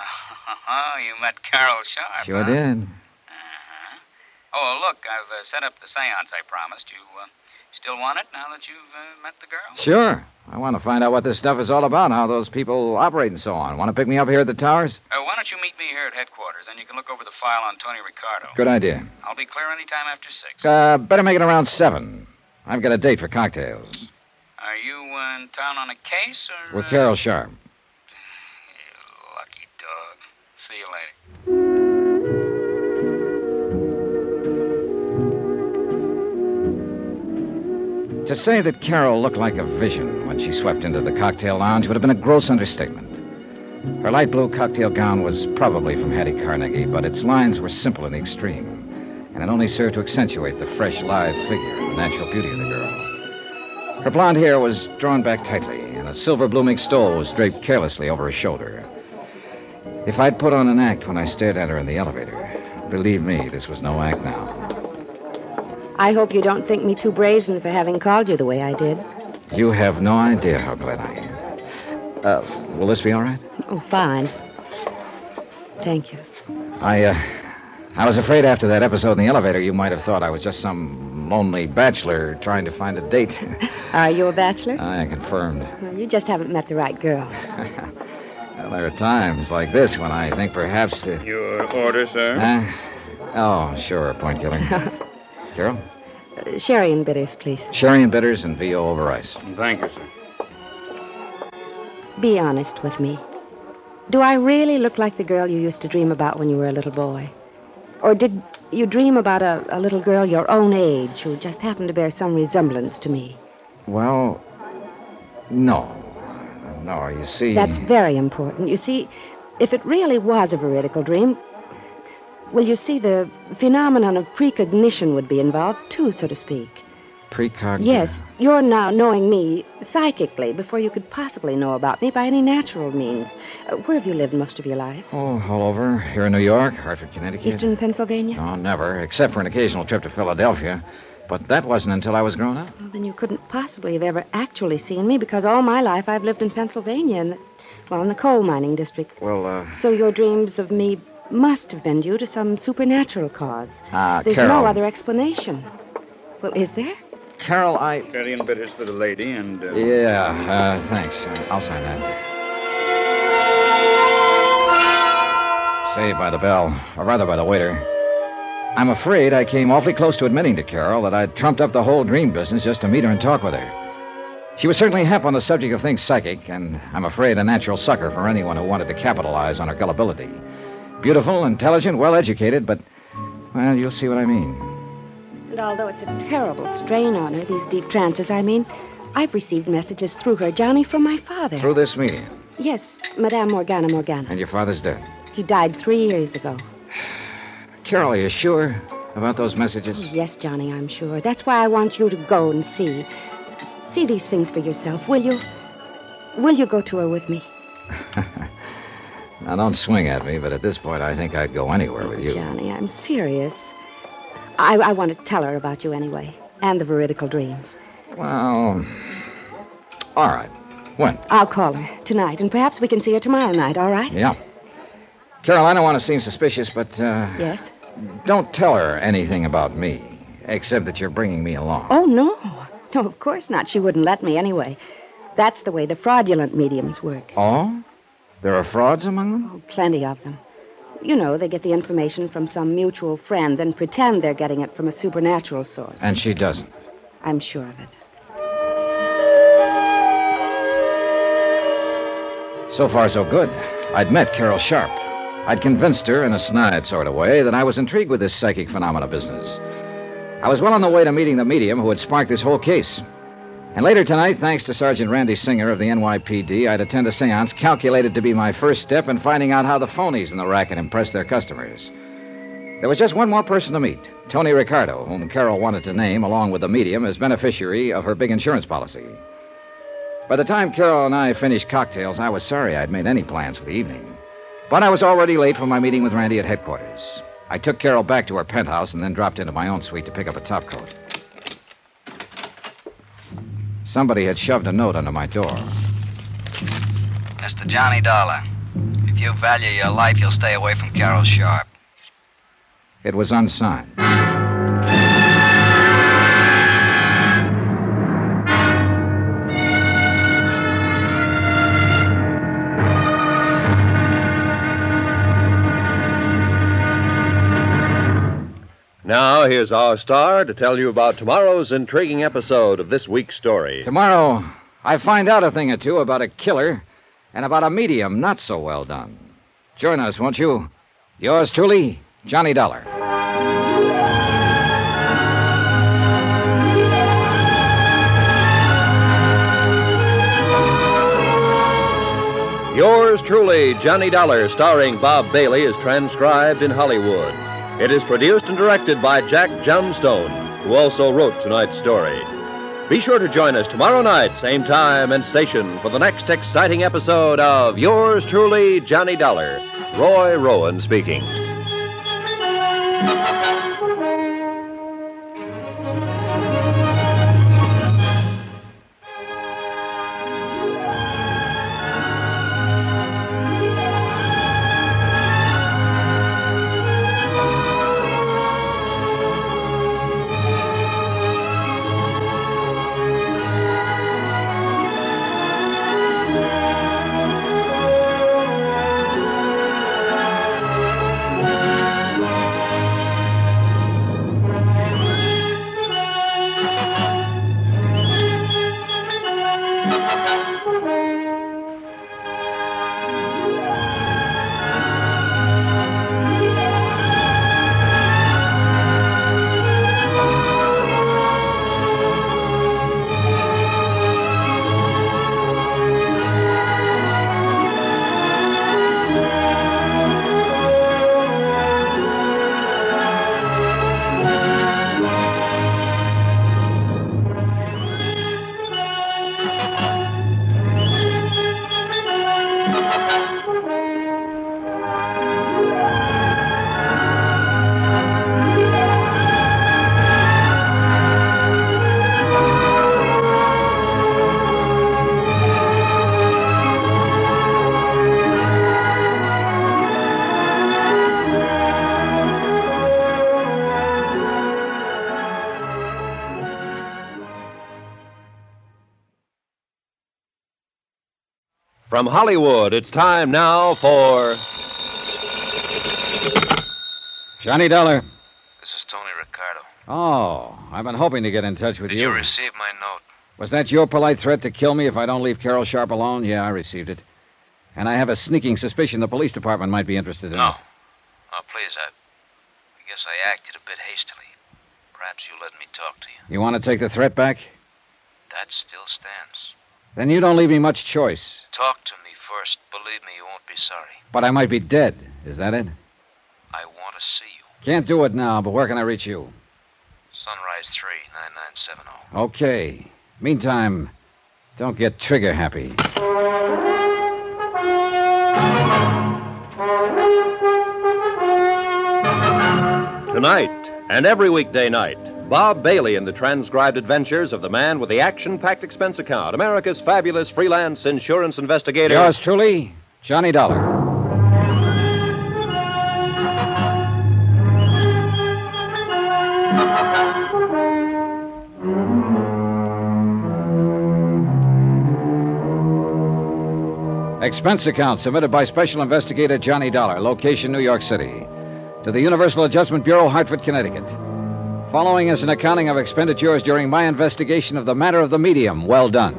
Speaker 4: oh, you met Carol Sharp.
Speaker 3: Sure
Speaker 4: huh?
Speaker 3: did.
Speaker 4: Oh, look, I've uh, set up the seance I promised. You uh, still want it now that you've uh, met the girl?
Speaker 3: Sure. I want to find out what this stuff is all about, how those people operate and so on. Want to pick me up here at the towers?
Speaker 4: Uh, why don't you meet me here at headquarters, and you can look over the file on Tony Ricardo.
Speaker 3: Good idea.
Speaker 4: I'll be clear any time after six.
Speaker 3: Uh, better make it around seven. I've got a date for cocktails
Speaker 4: Are you uh, in town on a case or?
Speaker 3: with
Speaker 4: uh,
Speaker 3: Carol Sharp.
Speaker 4: You lucky dog. See you later.
Speaker 3: To say that Carol looked like a vision when she swept into the cocktail lounge would have been a gross understatement. Her light blue cocktail gown was probably from Hattie Carnegie, but its lines were simple in the extreme, and it only served to accentuate the fresh, lithe figure and the natural beauty of the girl. Her blonde hair was drawn back tightly, and a silver blooming stole was draped carelessly over her shoulder. If I'd put on an act when I stared at her in the elevator, believe me, this was no act now.
Speaker 10: I hope you don't think me too brazen for having called you the way I did.
Speaker 3: You have no idea how glad I am. Uh, will this be all right?
Speaker 10: Oh, fine. Thank you.
Speaker 3: I, uh, I was afraid after that episode in the elevator, you might have thought I was just some lonely bachelor trying to find a date.
Speaker 10: Are you a bachelor?
Speaker 3: I am confirmed.
Speaker 10: No, you just haven't met the right girl.
Speaker 3: Well, there are times like this when I think perhaps the.
Speaker 9: Your order, sir?
Speaker 3: Uh, oh, sure, point killer. Carol?
Speaker 10: Uh, sherry and bitters, please.
Speaker 3: Sherry and bitters and VO over ice.
Speaker 9: Thank you, sir.
Speaker 10: Be honest with me. Do I really look like the girl you used to dream about when you were a little boy? Or did you dream about a, a little girl your own age who just happened to bear some resemblance to me?
Speaker 3: Well, no. No, you see.
Speaker 10: That's very important. You see, if it really was a veridical dream, well, you see, the phenomenon of precognition would be involved, too, so to speak.
Speaker 3: Precognition.
Speaker 10: Yes, you're now knowing me psychically before you could possibly know about me by any natural means. Uh, where have you lived most of your life?
Speaker 3: Oh, all over. Here in New York, Hartford, Connecticut.
Speaker 10: Eastern Pennsylvania?
Speaker 3: No, never, except for an occasional trip to Philadelphia. But that wasn't until I was grown up.
Speaker 10: Well, then you couldn't possibly have ever actually seen me because all my life I've lived in Pennsylvania and, well, in the coal mining district.
Speaker 3: Well, uh.
Speaker 10: So your dreams of me must have been due to some supernatural cause.
Speaker 3: Ah,
Speaker 10: There's
Speaker 3: Carol.
Speaker 10: no other explanation. Well, is there?
Speaker 3: Carol, I.
Speaker 9: Sherry and bitters for the lady and. Uh...
Speaker 3: Yeah, uh, thanks. Uh, I'll sign that. Saved by the bell, or rather by the waiter. I'm afraid I came awfully close to admitting to Carol that I'd trumped up the whole dream business just to meet her and talk with her. She was certainly hep on the subject of things psychic, and I'm afraid a natural sucker for anyone who wanted to capitalize on her gullibility. Beautiful, intelligent, well educated, but, well, you'll see what I mean.
Speaker 10: And although it's a terrible strain on her, these deep trances, I mean, I've received messages through her, Johnny, from my father.
Speaker 3: Through this meeting,
Speaker 10: Yes, Madame Morgana Morgana.
Speaker 3: and your father's dead.
Speaker 10: He died three years ago.
Speaker 3: Carol, are you sure about those messages?
Speaker 10: Yes, Johnny, I'm sure. That's why I want you to go and see. See these things for yourself, will you? Will you go to her with me?
Speaker 3: Now, don't swing at me, but at this point, I think I'd go anywhere with you.
Speaker 10: Johnny, I'm serious. I, I want to tell her about you anyway, and the veridical dreams.
Speaker 3: Well, all right. When?
Speaker 10: I'll call her tonight, and perhaps we can see her tomorrow night, all right?
Speaker 3: Yeah. Carol, I don't want to seem suspicious, but uh,
Speaker 10: Yes?
Speaker 3: don't tell her anything about me, except that you're bringing me along.
Speaker 10: Oh, no. No, of course not. She wouldn't let me anyway. That's the way the fraudulent mediums work.
Speaker 3: Oh? There are frauds among them?
Speaker 10: Plenty of them. You know, they get the information from some mutual friend, then pretend they're getting it from a supernatural source.
Speaker 3: And she doesn't.
Speaker 10: I'm sure of it.
Speaker 3: So far, so good. I'd met Carol Sharp. I'd convinced her in a snide sort of way that I was intrigued with this psychic phenomena business. I was well on the way to meeting the medium who had sparked this whole case. And later tonight, thanks to Sergeant Randy Singer of the NYPD, I'd attend a seance calculated to be my first step in finding out how the phonies in the racket impress their customers. There was just one more person to meet Tony Ricardo, whom Carol wanted to name, along with the medium, as beneficiary of her big insurance policy. By the time Carol and I finished cocktails, I was sorry I'd made any plans for the evening. But I was already late for my meeting with Randy at headquarters. I took Carol back to her penthouse and then dropped into my own suite to pick up a topcoat. Somebody had shoved a note under my door.
Speaker 4: Mr. Johnny Dollar, if you value your life, you'll stay away from Carol Sharp.
Speaker 3: It was unsigned.
Speaker 5: Now, here's our star to tell you about tomorrow's intriguing episode of this week's story.
Speaker 3: Tomorrow, I find out a thing or two about a killer and about a medium not so well done. Join us, won't you? Yours truly, Johnny Dollar.
Speaker 5: Yours truly, Johnny Dollar, starring Bob Bailey, is transcribed in Hollywood. It is produced and directed by Jack Johnstone, who also wrote tonight's story. Be sure to join us tomorrow night, same time and station, for the next exciting episode of Yours truly, Johnny Dollar. Roy Rowan speaking.
Speaker 2: From Hollywood, it's time now for.
Speaker 3: Johnny Dollar.
Speaker 12: This is Tony Ricardo.
Speaker 3: Oh, I've been hoping to get in touch with
Speaker 12: Did you receive my note?
Speaker 3: Was that your polite threat to kill me if I don't leave Carol Sharp alone? Yeah, I received it. And I have a sneaking suspicion the police department might be interested in
Speaker 12: No. Oh, please, I, I guess I acted a bit hastily. Perhaps you let me talk to you.
Speaker 3: it. You want to take the threat back?
Speaker 12: That still stands.
Speaker 3: Then you don't leave me much choice.
Speaker 12: Talk to me first. Believe me, you won't be sorry.
Speaker 3: But I might be dead. Is that it?
Speaker 12: I want to see you.
Speaker 3: Can't do it now, but where can I reach you?
Speaker 12: Sunrise 3, 9970.
Speaker 3: Okay. Meantime, don't get trigger happy.
Speaker 2: Tonight and every weekday night, Bob Bailey in the transcribed adventures of the man with the action packed expense account, America's fabulous freelance insurance investigator.
Speaker 3: Yours truly, Johnny Dollar. Expense account submitted by Special Investigator Johnny Dollar, location New York City, to the Universal Adjustment Bureau, Hartford, Connecticut. Following is an accounting of expenditures during my investigation of the matter of the medium. Well done.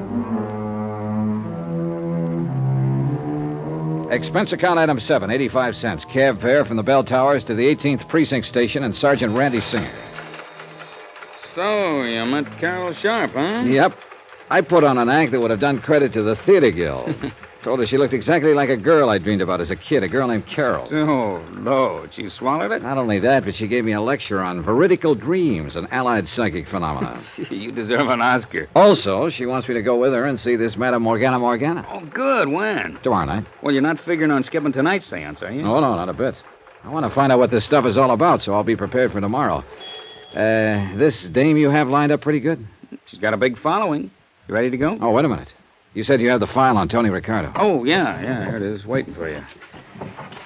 Speaker 3: Expense account item 7, 85 cents. Cab fare from the Bell Towers to the 18th Precinct Station and Sergeant Randy Singer.
Speaker 9: So, you met Carol Sharp, huh?
Speaker 3: Yep. I put on an act that would have done credit to the Theater Guild. Told her she looked exactly like a girl I dreamed about as a kid, a girl named Carol.
Speaker 9: Oh, Lord. You swallowed it?
Speaker 3: Not only that, but she gave me a lecture on veridical dreams, an allied psychic phenomenon.
Speaker 9: you deserve an Oscar.
Speaker 3: also, she wants me to go with her and see this Madame Morgana Morgana.
Speaker 9: Oh, good. When?
Speaker 3: Tomorrow night.
Speaker 9: Well, you're not figuring on skipping tonight's seance, are you?
Speaker 3: No, no, not a bit. I want to find out what this stuff is all about, so I'll be prepared for tomorrow. Uh, this dame you have lined up pretty good.
Speaker 9: She's got a big following. You ready to go?
Speaker 3: Oh, wait a minute. You said you had the file on Tony Ricardo.
Speaker 9: Oh, yeah, yeah. Here it is, waiting for you.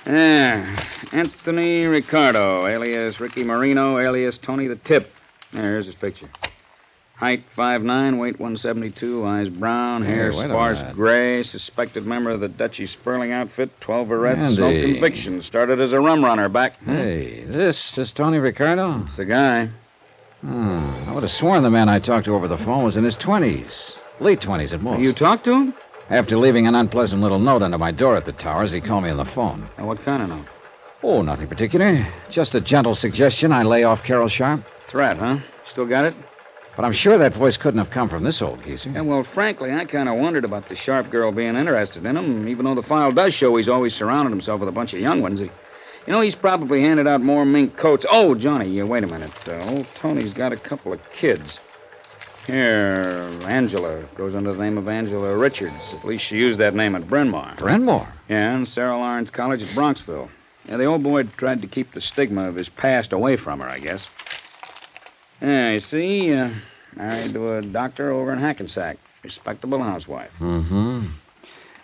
Speaker 9: There. Anthony Ricardo, alias Ricky Marino, alias Tony the Tip. There's his picture. Height 5'9, weight 172, eyes brown,
Speaker 3: Hey,
Speaker 9: hair
Speaker 3: wait a
Speaker 9: sparse
Speaker 3: minute.
Speaker 9: gray, suspected member of the Dutchy Sperling outfit, 12 arrests, no
Speaker 3: Andy.
Speaker 9: convictions. Started as a rum runner back.
Speaker 3: Hey, this is Tony Ricardo?
Speaker 9: It's the guy.
Speaker 3: Hmm. I would have sworn the man I talked to over the phone was in his 20s, late 20s at most.
Speaker 9: You talked to him?
Speaker 3: After leaving an unpleasant little note under my door at the towers, he called me on the phone.
Speaker 9: Now, what kind of note?
Speaker 3: Oh, nothing particular. Just a gentle suggestion I lay off Carol Sharp.
Speaker 9: Threat, huh? Still got it?
Speaker 3: But I'm sure that voice couldn't have come from this old
Speaker 9: Yeah,
Speaker 3: geezer.
Speaker 9: well, frankly, I kind of wondered about the sharp girl being interested in him. Even though the file does show he's always surrounded himself with a bunch of young ones, he, you know, he's probably handed out more mink coats. Oh, Johnny, you wait a minute. Uh, old Tony's got a couple of kids. Here, Angela goes under the name of Angela Richards. At least she used that name at Bryn Mawr.
Speaker 3: Brenmore.
Speaker 9: Yeah, and Sarah Lawrence College at Bronxville. Yeah, the old boy tried to keep the stigma of his past away from her, I guess. Yeah, you see, uh, married to a doctor over in Hackensack. Respectable housewife.
Speaker 3: Mm-hmm.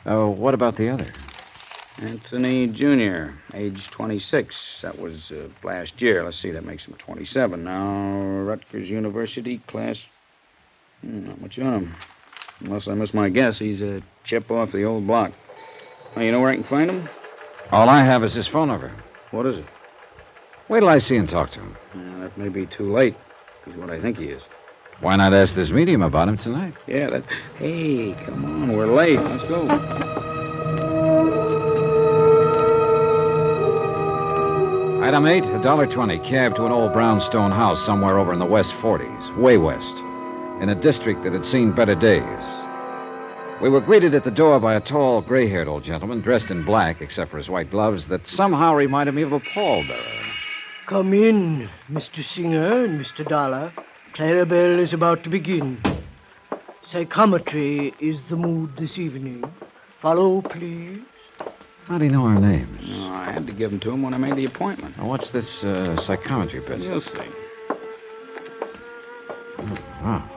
Speaker 3: Uh, what about the other?
Speaker 9: Anthony Jr., age 26. That was uh, last year. Let's see, that makes him 27. Now, Rutgers University, class. Hmm, not much on him. Unless I miss my guess, he's a chip off the old block. Now, you know where I can find him?
Speaker 3: All I have is his phone number.
Speaker 9: What is it?
Speaker 3: Wait till I see and talk to him.
Speaker 9: Yeah, that may be too late. He's what I think he is.
Speaker 3: Why not ask this medium about him tonight?
Speaker 9: Yeah, that. Hey, come on, we're late. Oh, Let's go.
Speaker 3: Item eight, a dollar twenty cab to an old brownstone house somewhere over in the West 40s, way west, in a district that had seen better days. We were greeted at the door by a tall, gray haired old gentleman dressed in black, except for his white gloves, that somehow reminded me of a pallbearer.
Speaker 13: Come in, Mr. Singer and Mr. Dollar. Clarabelle is about to begin. Psychometry is the mood this evening. Follow, please.
Speaker 3: How do you know our names?
Speaker 9: No, I had to give him to him when I made the appointment.
Speaker 3: Now, what's this uh, psychometry bit?
Speaker 9: You'll see.
Speaker 3: Oh, Wow.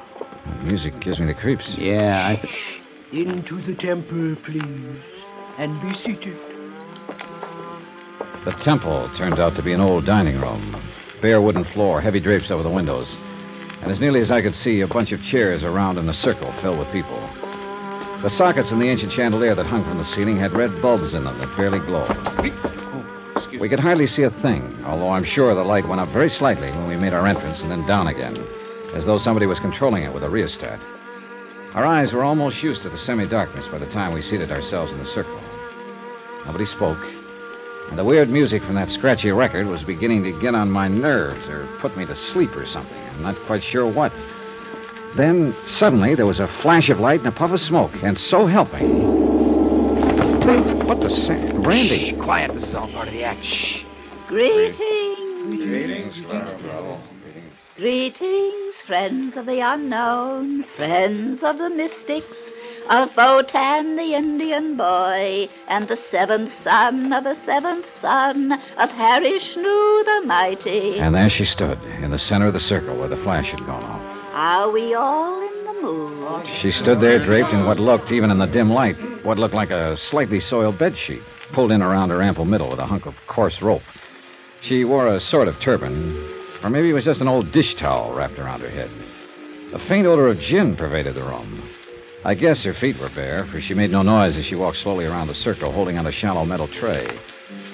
Speaker 3: The music gives me the creeps.
Speaker 9: Yeah, I.
Speaker 13: Into the temple, please, and be seated.
Speaker 3: The temple turned out to be an old dining room. Bare wooden floor, heavy drapes over the windows, and as nearly as I could see, a bunch of chairs around in a circle filled with people. The sockets in the ancient chandelier that hung from the ceiling had red bulbs in them that barely glowed. We could hardly see a thing, although I'm sure the light went up very slightly when we made our entrance and then down again, as though somebody was controlling it with a rheostat. Our eyes were almost used to the semi darkness by the time we seated ourselves in the circle. Nobody spoke, and the weird music from that scratchy record was beginning to get on my nerves or put me to sleep or something. I'm not quite sure what. Then suddenly there was a flash of light and a puff of smoke, and so helping. What the sa- Randy?
Speaker 14: Shh, quiet. This is all part of the act. Shh.
Speaker 15: Greetings.
Speaker 14: Greetings,
Speaker 15: Greetings, friends of the unknown, friends of the mystics, of Botan the Indian boy, and the seventh son of the seventh son of Harry Shnu the mighty.
Speaker 3: And there she stood, in the center of the circle where the flash had gone off.
Speaker 15: Are we all in the mood?
Speaker 3: She stood there draped in what looked, even in the dim light, what looked like a slightly soiled bedsheet, pulled in around her ample middle with a hunk of coarse rope. She wore a sort of turban, or maybe it was just an old dish towel wrapped around her head. A faint odor of gin pervaded the room. I guess her feet were bare, for she made no noise as she walked slowly around the circle, holding out a shallow metal tray.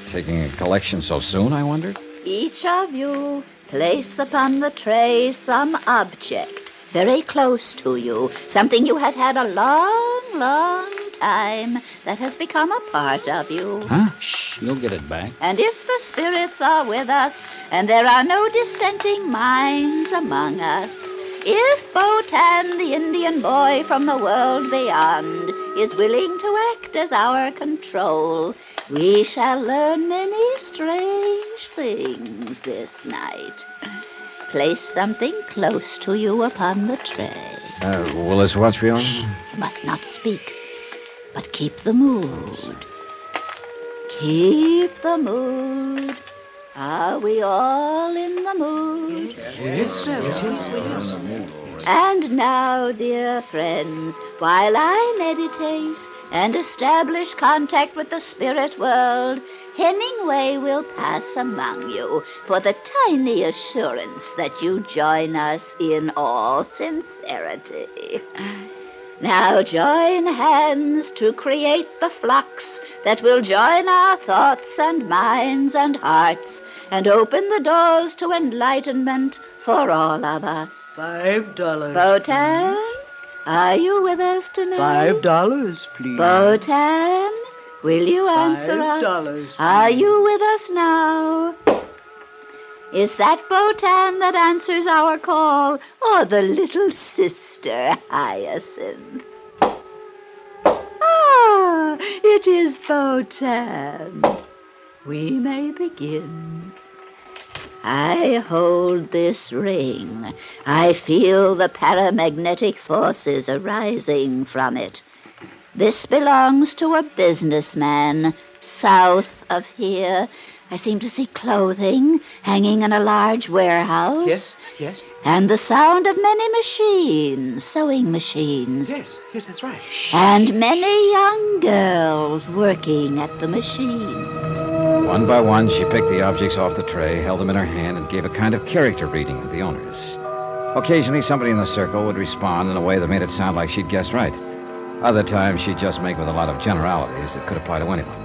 Speaker 3: Taking a collection so soon, I wondered?
Speaker 15: Each of you place upon the tray some object very close to you, something you have had a long, long time that has become a part of you.
Speaker 9: Huh? Shh, you'll get it back.
Speaker 15: And if the spirits are with us, and there are no dissenting minds among us, if Botan, the Indian boy from the world beyond, is willing to act as our control, we shall learn many strange things this night. Place something close to you upon the tray.
Speaker 3: Uh, will this watch be on?
Speaker 15: You must not speak, but keep the mood. Keep the mood. Are we all in the mood?
Speaker 13: Yes,
Speaker 14: uh,
Speaker 13: sir. Yes, yes,
Speaker 15: And now, dear friends, while I meditate and establish contact with the spirit world, Hemingway will pass among you for the tiny assurance that you join us in all sincerity. Now join hands to create the flux that will join our thoughts and minds and hearts and open the doors to enlightenment for all of us.
Speaker 13: Five dollars.
Speaker 15: Botan, are you with us tonight?
Speaker 13: Five dollars, please.
Speaker 15: Botan, will you answer
Speaker 13: Five
Speaker 15: us?
Speaker 13: dollars,
Speaker 15: Are you with us now? Is that Botan that answers our call, or the little sister Hyacinth? Ah, it is Botan. We may begin. I hold this ring. I feel the paramagnetic forces arising from it. This belongs to a businessman south of here. I seem to see clothing hanging in a large warehouse.
Speaker 14: Yes, yes.
Speaker 15: And the sound of many machines, sewing machines.
Speaker 14: Yes, yes, that's right.
Speaker 15: And many young girls working at the machine.
Speaker 3: One by one, she picked the objects off the tray, held them in her hand, and gave a kind of character reading of the owners. Occasionally, somebody in the circle would respond in a way that made it sound like she'd guessed right. Other times, she'd just make with a lot of generalities that could apply to anyone.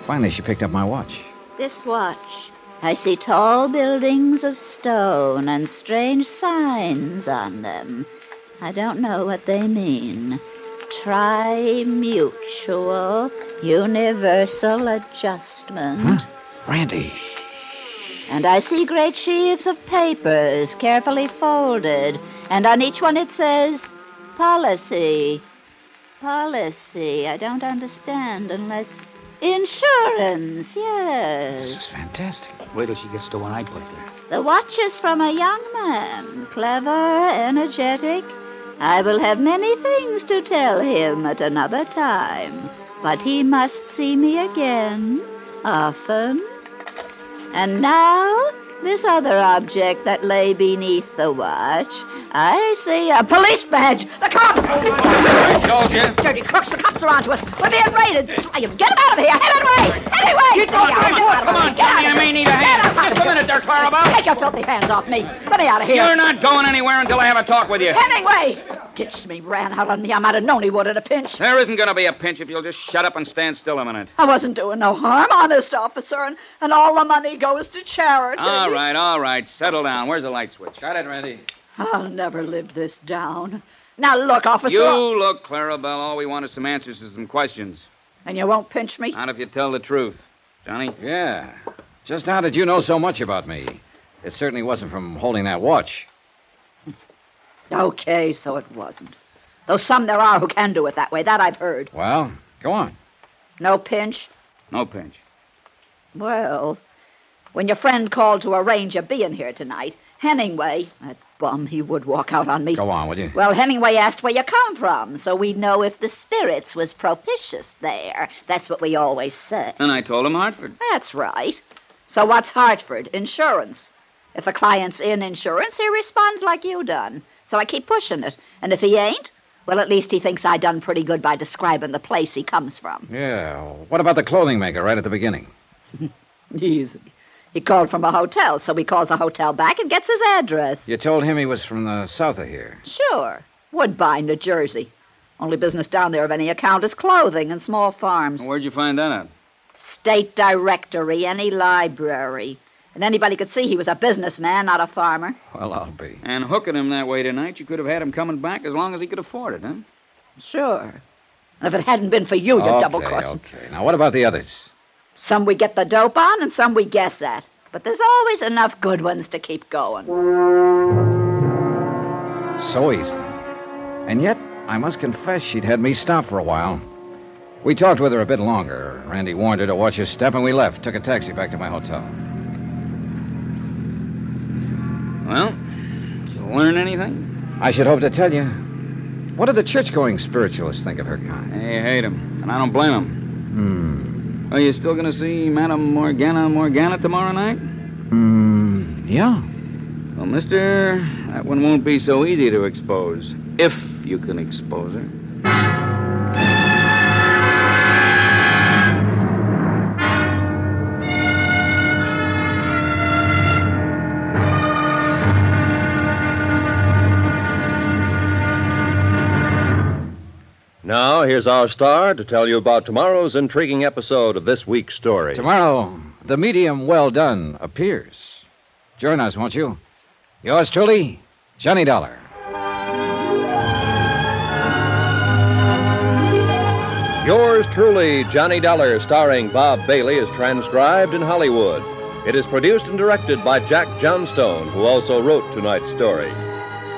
Speaker 3: Finally, she picked up my watch.
Speaker 15: This watch. I see tall buildings of stone and strange signs on them. I don't know what they mean. Trimutual universal adjustment.
Speaker 3: Randy.
Speaker 15: And I see great sheaves of papers carefully folded, and on each one it says, Policy. Policy. I don't understand unless. Insurance, yes.
Speaker 9: This is fantastic. Wait till she gets to one I put there.
Speaker 15: The watch is from a young man, clever, energetic. I will have many things to tell him at another time, but he must see me again, often. And now, this other object that lay beneath the watch. I see a police badge! The cops!
Speaker 14: Oh, Soldier.
Speaker 15: Dirty crooks, the cops are onto us! We're being raided! Sly 'em. Get 'em out of here! Hemingway! Hemingway!
Speaker 14: Get going,
Speaker 15: Get
Speaker 14: come on,
Speaker 15: out of
Speaker 14: come
Speaker 15: here.
Speaker 14: on,
Speaker 15: Get out
Speaker 14: Johnny,
Speaker 15: of
Speaker 14: I may
Speaker 15: here.
Speaker 14: need a
Speaker 15: Get
Speaker 14: hand.
Speaker 15: out of
Speaker 14: Just a
Speaker 15: here.
Speaker 14: minute there, Clarabelle.
Speaker 15: Take your filthy hands off me! Let me out of here!
Speaker 14: You're not going anywhere until I have a talk with you.
Speaker 15: Hemingway!
Speaker 14: ditched me, ran out on me. I might have known he would at a pinch.
Speaker 9: There isn't going to be a pinch if you'll just shut up and stand still a minute.
Speaker 14: I wasn't doing no harm, honest officer, and, and all the money goes to charity.
Speaker 9: All right, all right. Settle down. Where's the light switch? Got it, Randy.
Speaker 14: I'll never live this down. Now look, officer.
Speaker 9: You look, Clarabelle. All we want is some answers to some questions.
Speaker 14: And you won't pinch me?
Speaker 9: Not if you tell the truth. Johnny?
Speaker 3: Yeah. Just how did you know so much about me? It certainly wasn't from holding that watch.
Speaker 14: Okay, so it wasn't. Though some there are who can do it that way. That I've heard.
Speaker 3: Well, go on.
Speaker 14: No pinch?
Speaker 9: No pinch.
Speaker 14: Well, when your friend called to arrange your being here tonight, Hemingway, that bum, he would walk out on me.
Speaker 3: Go on, will you?
Speaker 14: Well, Hemingway asked where you come from, so we'd know if the spirits was propitious there. That's what we always say.
Speaker 9: And I told him Hartford.
Speaker 14: That's right. So what's Hartford? Insurance. If a client's in insurance, he responds like you done. So I keep pushing it. And if he ain't, well, at least he thinks I done pretty good by describing the place he comes from.
Speaker 3: Yeah. What about the clothing maker right at the beginning?
Speaker 14: Easy. He called from a hotel, so he calls the hotel back and gets his address.
Speaker 3: You told him he was from the south of here.
Speaker 14: Sure. Woodbine, New Jersey. Only business down there of any account is clothing and small farms.
Speaker 9: Where'd you find that out?
Speaker 14: State directory, any library. And anybody could see he was a businessman, not a farmer.
Speaker 3: Well, I'll be.
Speaker 9: And hooking him that way tonight, you could have had him coming back as long as he could afford it, huh?
Speaker 14: Sure. And if it hadn't been for you, you
Speaker 3: okay,
Speaker 14: double crossed.
Speaker 3: Okay. Now, what about the others?
Speaker 14: Some we get the dope on, and some we guess at. But there's always enough good ones to keep going.
Speaker 3: So easy. And yet, I must confess she'd had me stop for a while. We talked with her a bit longer. Randy warned her to watch her step, and we left. Took a taxi back to my hotel.
Speaker 9: Well, did you learn anything?
Speaker 3: I should hope to tell you. What do the church-going spiritualists think of her kind?
Speaker 9: They hate him, and I don't blame
Speaker 3: them.
Speaker 9: Hmm. Are you still going to see Madame Morgana Morgana tomorrow night?
Speaker 3: Hmm, yeah.
Speaker 9: Well, mister, that one won't be so easy to expose, if you can expose her.
Speaker 2: Now, here's our star to tell you about tomorrow's intriguing episode of this week's story.
Speaker 3: Tomorrow, the medium well done appears. Join us, won't you? Yours truly, Johnny Dollar.
Speaker 2: Yours truly, Johnny Dollar, starring Bob Bailey, is transcribed in Hollywood. It is produced and directed by Jack Johnstone, who also wrote tonight's story.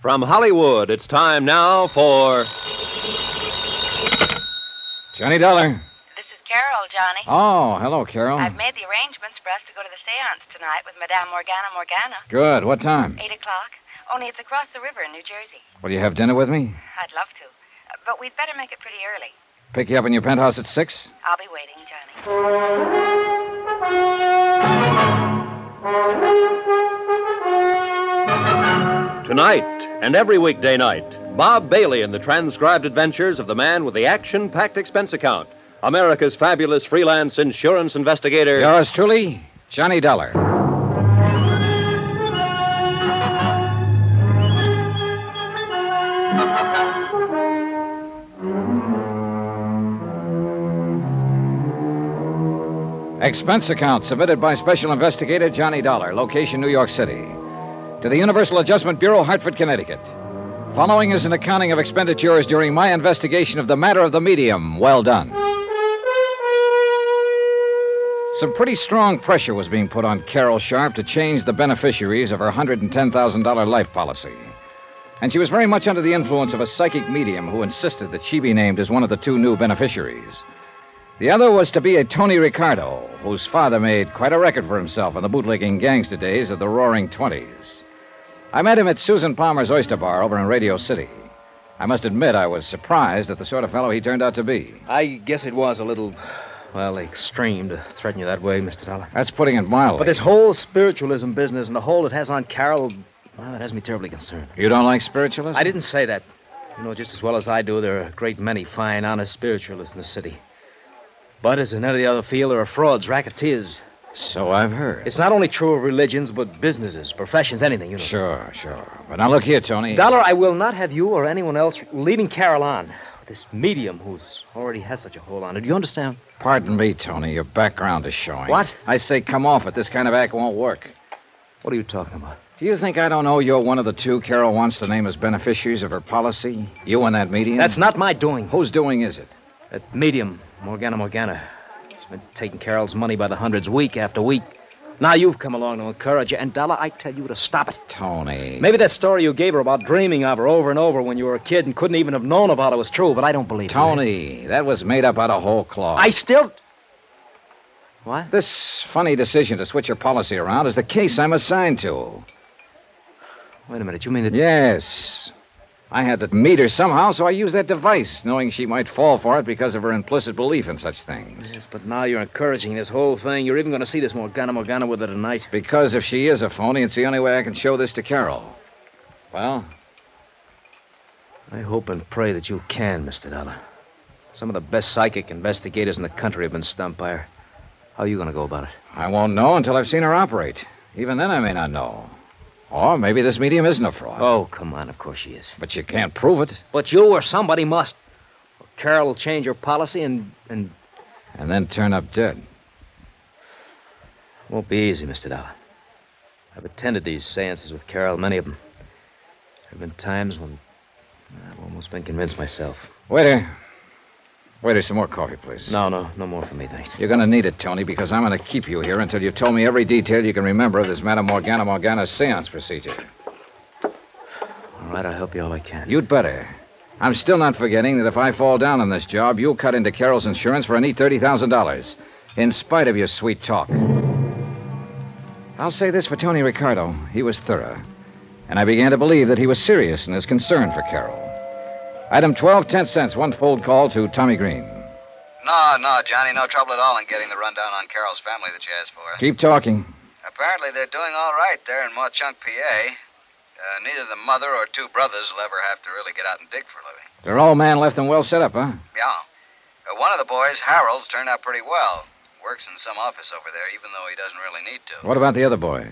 Speaker 2: From Hollywood, it's time now for.
Speaker 3: Johnny Dollar.
Speaker 10: This is Carol, Johnny.
Speaker 3: Oh, hello, Carol.
Speaker 10: I've made the arrangements for us to go to the seance tonight with Madame Morgana Morgana.
Speaker 3: Good. What time?
Speaker 10: Eight o'clock. Only it's across the river in New Jersey.
Speaker 3: Will you have dinner with me?
Speaker 10: I'd love to. Uh,
Speaker 11: but we'd better make it pretty early.
Speaker 3: Pick you up in your penthouse at six?
Speaker 11: I'll be waiting, Johnny.
Speaker 2: Tonight and every weekday night, Bob Bailey in the transcribed adventures of the man with the action packed expense account, America's fabulous freelance insurance investigator.
Speaker 3: Yours truly, Johnny Dollar. Expense account submitted by Special Investigator Johnny Dollar, location New York City. To the Universal Adjustment Bureau, Hartford, Connecticut. Following is an accounting of expenditures during my investigation of the matter of the medium. Well done. Some pretty strong pressure was being put on Carol Sharp to change the beneficiaries of her $110,000 life policy. And she was very much under the influence of a psychic medium who insisted that she be named as one of the two new beneficiaries. The other was to be a Tony Ricardo, whose father made quite a record for himself in the bootlegging gangster days of the Roaring Twenties. I met him at Susan Palmer's Oyster Bar over in Radio City. I must admit I was surprised at the sort of fellow he turned out to be.
Speaker 8: I guess it was a little, well, extreme to threaten you that way, Mr. Dollar.
Speaker 3: That's putting it mildly.
Speaker 8: But this whole spiritualism business and the hold it has on Carol, well, it has me terribly concerned.
Speaker 3: You don't like spiritualists?
Speaker 8: I didn't say that. You know, just as well as I do, there are a great many fine, honest spiritualists in the city. But as in any other field, there are frauds, racketeers.
Speaker 3: So I've heard.
Speaker 8: It's not only true of religions, but businesses, professions, anything, you know.
Speaker 3: Sure, sure. But now look here, Tony.
Speaker 8: Dollar, I will not have you or anyone else leading Carol on. This medium who's already has such a hold on her. Do you understand?
Speaker 3: Pardon me, Tony. Your background is showing.
Speaker 8: What?
Speaker 3: I say come off it. This kind of act won't work.
Speaker 8: What are you talking about?
Speaker 3: Do you think I don't know you're one of the two Carol wants to name as beneficiaries of her policy? You and that medium?
Speaker 8: That's not my doing.
Speaker 3: Whose doing is it?
Speaker 8: That medium, Morgana Morgana. She's been taking Carol's money by the hundreds week after week. Now you've come along to encourage her, and Dollar, I tell you to stop it.
Speaker 3: Tony.
Speaker 8: Maybe that story you gave her about dreaming of her over and over when you were a kid and couldn't even have known about it was true, but I don't believe
Speaker 3: Tony,
Speaker 8: it.
Speaker 3: that was made up out of whole cloth.
Speaker 8: I still. What?
Speaker 3: This funny decision to switch your policy around is the case I'm assigned to.
Speaker 8: Wait a minute, you mean that.
Speaker 3: Yes. I had to meet her somehow, so I used that device, knowing she might fall for it because of her implicit belief in such things.
Speaker 8: Yes, but now you're encouraging this whole thing. You're even going to see this Morgana Morgana with her tonight.
Speaker 3: Because if she is a phony, it's the only way I can show this to Carol. Well?
Speaker 8: I hope and pray that you can, Mr. Dollar. Some of the best psychic investigators in the country have been stumped by her. How are you going to go about it?
Speaker 3: I won't know until I've seen her operate. Even then, I may not know. Or maybe this medium isn't a fraud.
Speaker 8: Oh, come on, of course she is.
Speaker 3: But you can't prove it.
Speaker 8: But you or somebody must. Or Carol will change her policy and and
Speaker 3: and then turn up dead.
Speaker 8: Won't be easy, Mr. Dollar. I've attended these seances with Carol, many of them. There have been times when I've almost been convinced myself.
Speaker 3: Waiter. Waiter, some more coffee, please.
Speaker 8: No, no, no more for me, thanks.
Speaker 3: You're going to need it, Tony, because I'm going to keep you here until you've told me every detail you can remember of this Madame Morgana Morgana seance procedure.
Speaker 8: All right, I'll help you all I can.
Speaker 3: You'd better. I'm still not forgetting that if I fall down on this job, you'll cut into Carol's insurance for a neat $30,000, in spite of your sweet talk. I'll say this for Tony Ricardo. He was thorough. And I began to believe that he was serious in his concern for Carol. Item 12, 10 cents, one fold call to Tommy Green.
Speaker 4: No, no, Oh, Johnny, no trouble at all in getting the rundown on Carol's family that you asked for.
Speaker 3: Keep talking.
Speaker 4: Apparently, they're doing all right there in Mochunk, PA. Uh, neither the mother or two brothers will ever have to really get out and dig for a living.
Speaker 3: They're all man left and well set up, huh?
Speaker 4: Yeah. Uh, one of the boys, Harold's, turned out pretty well. Works in some office over there, even though he doesn't really need to.
Speaker 3: What about the other boy?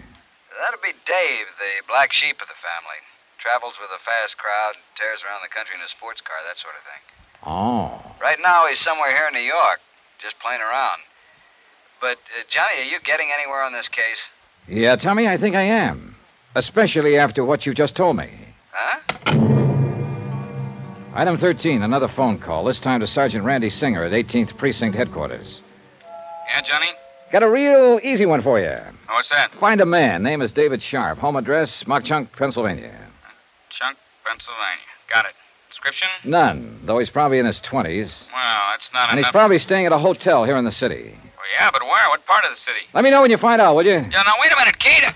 Speaker 4: That'll be Dave, the black sheep of the family travels with a fast crowd, tears around the country in a sports car, that sort of thing.
Speaker 3: Oh.
Speaker 4: Right now, he's somewhere here in New York, just playing around. But, uh, Johnny, are you getting anywhere on this case?
Speaker 3: Yeah, Tommy, I think I am. Especially after what you just told me.
Speaker 4: Huh?
Speaker 3: Item 13, another phone call, this time to Sergeant Randy Singer at 18th Precinct Headquarters.
Speaker 16: Yeah, Johnny?
Speaker 3: Got a real easy one for you.
Speaker 16: What's that?
Speaker 3: Find a man. Name is David Sharp. Home address, Mockchunk, Pennsylvania.
Speaker 16: Chunk, Pennsylvania. Got it. Description?
Speaker 3: None, though he's probably in his 20s.
Speaker 16: Well, that's not
Speaker 3: And
Speaker 16: enough.
Speaker 3: he's probably staying at a hotel here in the city.
Speaker 16: Well, yeah, but where? What part of the city?
Speaker 3: Let me know when you find out, will you?
Speaker 16: Yeah, now, wait a minute, Kate.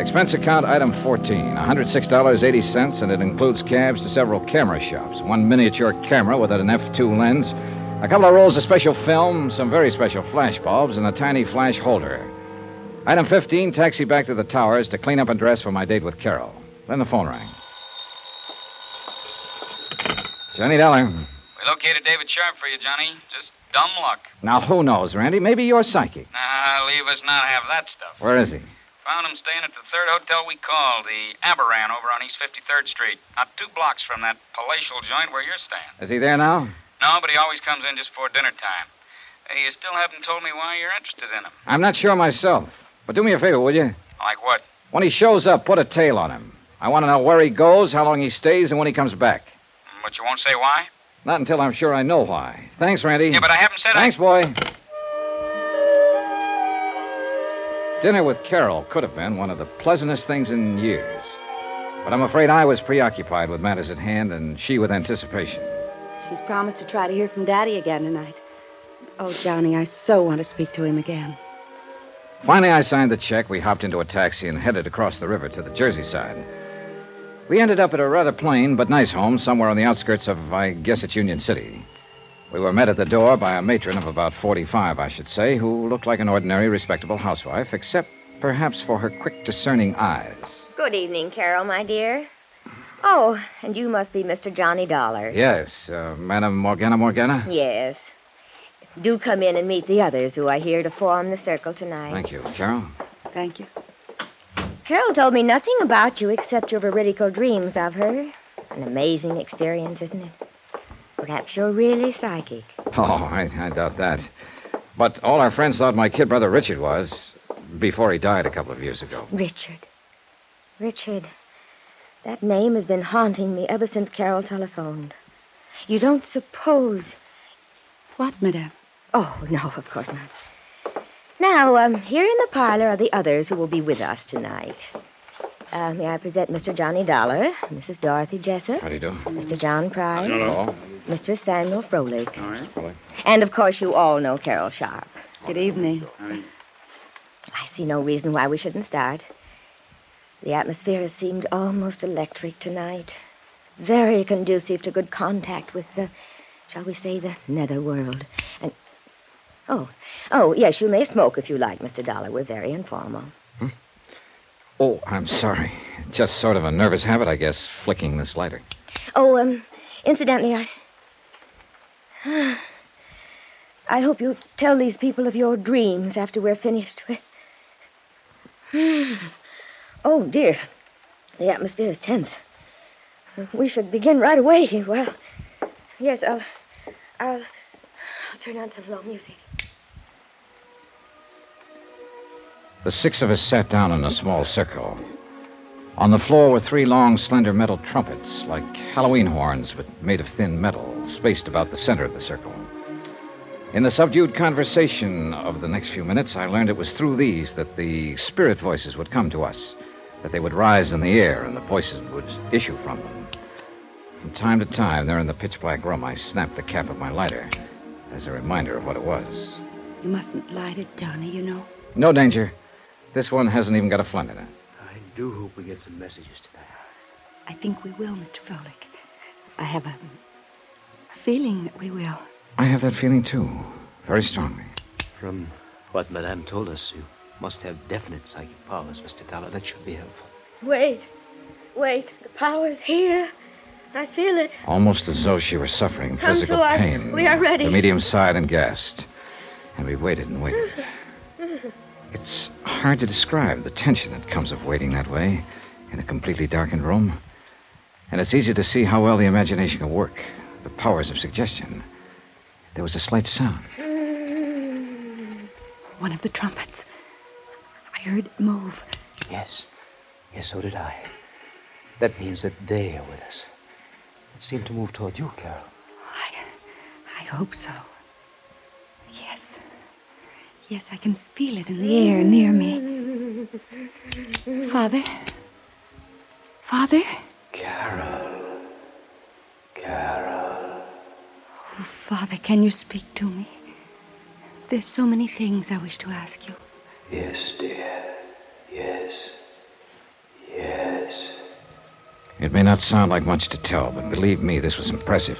Speaker 3: Expense account item 14, $106.80, and it includes cabs to several camera shops, one miniature camera with an f2 lens, a couple of rolls of special film, some very special flash bulbs, and a tiny flash holder. Item 15, taxi back to the towers to clean up and dress for my date with Carol. Then the phone rang. Johnny Dollar.
Speaker 16: We located David Sharp for you, Johnny. Just dumb luck.
Speaker 3: Now, who knows, Randy? Maybe you're psychic.
Speaker 16: Nah, leave us not have that stuff.
Speaker 3: Where is he?
Speaker 16: Found him staying at the third hotel we called, the Aberan, over on East 53rd Street. Not two blocks from that palatial joint where you're staying.
Speaker 3: Is he there now?
Speaker 16: No, but he always comes in just before dinner time. Hey, You still haven't told me why you're interested in him.
Speaker 3: I'm not sure myself. But do me a favor, will you?
Speaker 16: Like what?
Speaker 3: When he shows up, put a tail on him. I want to know where he goes, how long he stays, and when he comes back.
Speaker 16: But you won't say why?
Speaker 3: Not until I'm sure I know why. Thanks, Randy.
Speaker 16: Yeah, but I haven't said I-
Speaker 3: Thanks, boy. Dinner with Carol could have been one of the pleasantest things in years. But I'm afraid I was preoccupied with matters at hand and she with anticipation.
Speaker 10: She's promised to try to hear from Daddy again tonight. Oh, Johnny, I so want to speak to him again.
Speaker 3: Finally, I signed the check. We hopped into a taxi and headed across the river to the Jersey side. We ended up at a rather plain but nice home somewhere on the outskirts of, I guess, it's Union City. We were met at the door by a matron of about 45, I should say, who looked like an ordinary, respectable housewife, except perhaps for her quick, discerning eyes.
Speaker 17: Good evening, Carol, my dear. Oh, and you must be Mr. Johnny Dollar.
Speaker 3: Yes, uh, Madame Morgana Morgana?
Speaker 17: Yes. Do come in and meet the others who are here to form the circle tonight.
Speaker 3: Thank you, Carol.
Speaker 17: Thank you. Carol told me nothing about you except your veridical dreams of her. An amazing experience, isn't it? Perhaps you're really psychic.
Speaker 3: Oh, I, I doubt that. But all our friends thought my kid brother Richard was before he died a couple of years ago.
Speaker 17: Richard. Richard. That name has been haunting me ever since Carol telephoned. You don't suppose. What, madame? Oh, no, of course not. Now, um, here in the parlor are the others who will be with us tonight. Uh, may I present Mr. Johnny Dollar, Mrs. Dorothy Jessup,
Speaker 3: How do you do?
Speaker 17: Mr. John Price,
Speaker 3: Hello.
Speaker 17: Mr. Samuel Froelich,
Speaker 3: All right.
Speaker 17: and of course you all know Carol Sharp. Good evening.
Speaker 14: Honey.
Speaker 17: I see no reason why we shouldn't start. The atmosphere has seemed almost electric tonight. Very conducive to good contact with the, shall we say, the netherworld. And. Oh, oh, yes, you may smoke if you like, Mr. Dollar. We're very informal.
Speaker 3: Oh, I'm sorry. Just sort of a nervous habit, I guess, flicking this lighter.
Speaker 17: Oh, um, incidentally, I. I hope you'll tell these people of your dreams after we're finished. oh, dear. The atmosphere is tense. We should begin right away. Well, yes, I'll. I'll. I'll turn on some low music.
Speaker 3: The six of us sat down in a small circle. On the floor were three long, slender metal trumpets, like Halloween horns, but made of thin metal, spaced about the center of the circle. In the subdued conversation of the next few minutes, I learned it was through these that the spirit voices would come to us, that they would rise in the air and the voices would issue from them. From time to time, there in the pitch black room, I snapped the cap of my lighter as a reminder of what it was.
Speaker 10: You mustn't light it, Johnny, you know.
Speaker 3: No danger. This one hasn't even got a flint in it.
Speaker 14: I do hope we get some messages tonight.
Speaker 10: I think we will, Mr. Froelich. I have a, a feeling that we will.
Speaker 3: I have that feeling too, very strongly.
Speaker 8: From what Madame told us, you must have definite psychic powers, Mr. Dollar. That should be helpful.
Speaker 17: Wait. Wait. The power's here. I feel it.
Speaker 3: Almost as though she were suffering
Speaker 17: Come
Speaker 3: physical
Speaker 17: to us.
Speaker 3: pain.
Speaker 17: We are ready.
Speaker 3: The medium sighed and gasped. And we waited and waited. It's hard to describe the tension that comes of waiting that way in a completely darkened room. And it's easy to see how well the imagination can work, the powers of suggestion. There was a slight sound.
Speaker 10: One of the trumpets. I heard it move.
Speaker 8: Yes. Yes, so did I. That means that they are with us. It seemed to move toward you, Carol.
Speaker 10: I hope so. Yes. Yes, I can feel it in the air near me. Father? Father? Oh, Father, can you speak to me? There's so many things I wish to ask you.
Speaker 14: Yes, dear. Yes.
Speaker 3: It may not sound like much to tell, but believe me, this was impressive.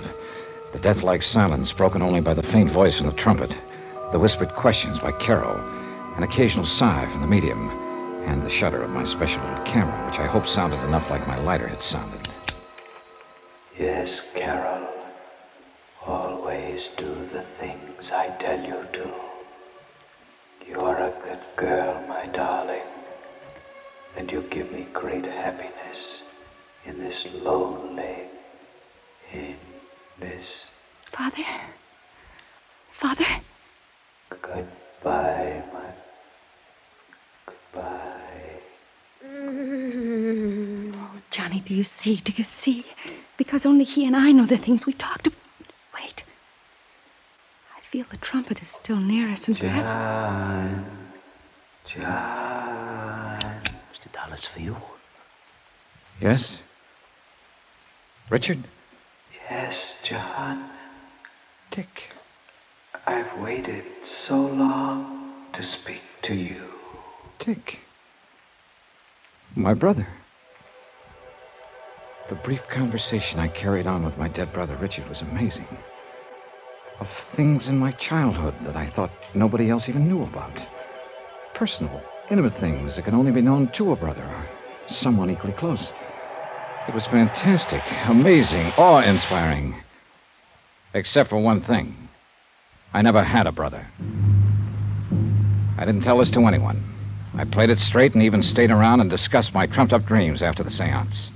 Speaker 3: The death like silence, broken only by the faint voice from the trumpet, the whispered questions by Carol, an occasional sigh from the medium, and the shudder of my special little camera, which I hope sounded enough like my lighter had sounded.
Speaker 8: Yes, Carol. Always do the things I tell you to. You are a good girl, my darling. And you give me great happiness in this lonely, in this
Speaker 18: Father? Father?
Speaker 8: goodbye, my goodbye.
Speaker 18: Oh, Johnny, do you see? Do you see? Because only he and I know the things we talked about. Wait. I feel the trumpet is still near us, and perhaps.
Speaker 8: John. John. Mr. Dollar, it's for you.
Speaker 3: Yes? Richard?
Speaker 8: Yes, John. Dick. I've waited so long to speak to you.
Speaker 3: Dick. My brother. The brief conversation I carried on with my dead brother Richard was amazing. Of things in my childhood that I thought nobody else even knew about. Personal, intimate things that can only be known to a brother or someone equally close. It was fantastic, amazing, awe inspiring. Except for one thing I never had a brother. I didn't tell this to anyone. I played it straight and even stayed around and discussed my trumped up dreams after the seance.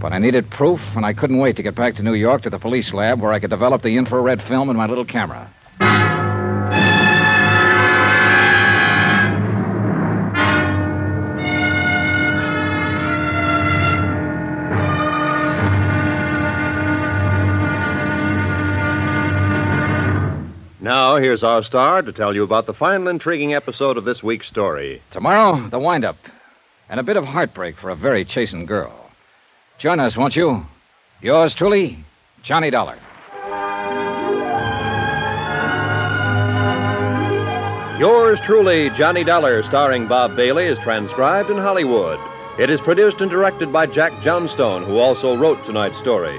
Speaker 3: But I needed proof, and I couldn't wait to get back to New York to the police lab where I could develop the infrared film in my little camera.
Speaker 19: Now, here's our star to tell you about the final intriguing episode of this week's story.
Speaker 3: Tomorrow, the windup, and a bit of heartbreak for a very chastened girl. Join us, won't you? Yours truly, Johnny Dollar.
Speaker 2: Yours truly, Johnny Dollar, starring Bob Bailey, is transcribed in Hollywood. It is produced and directed by Jack Johnstone, who also wrote tonight's story.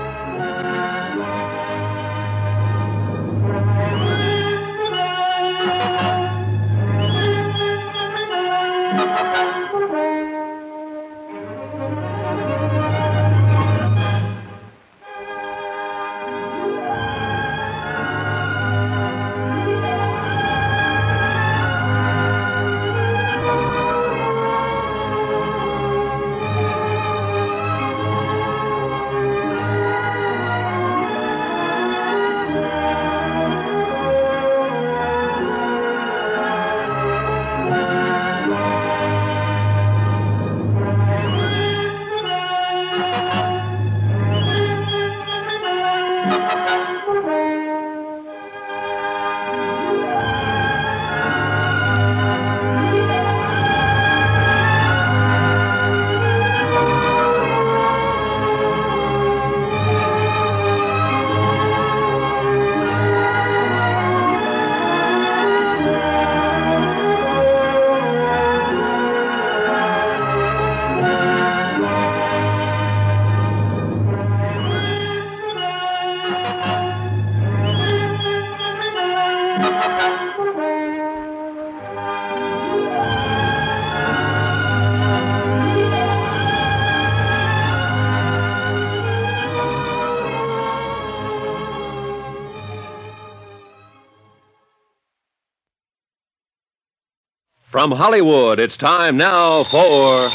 Speaker 2: From Hollywood, it's time now for.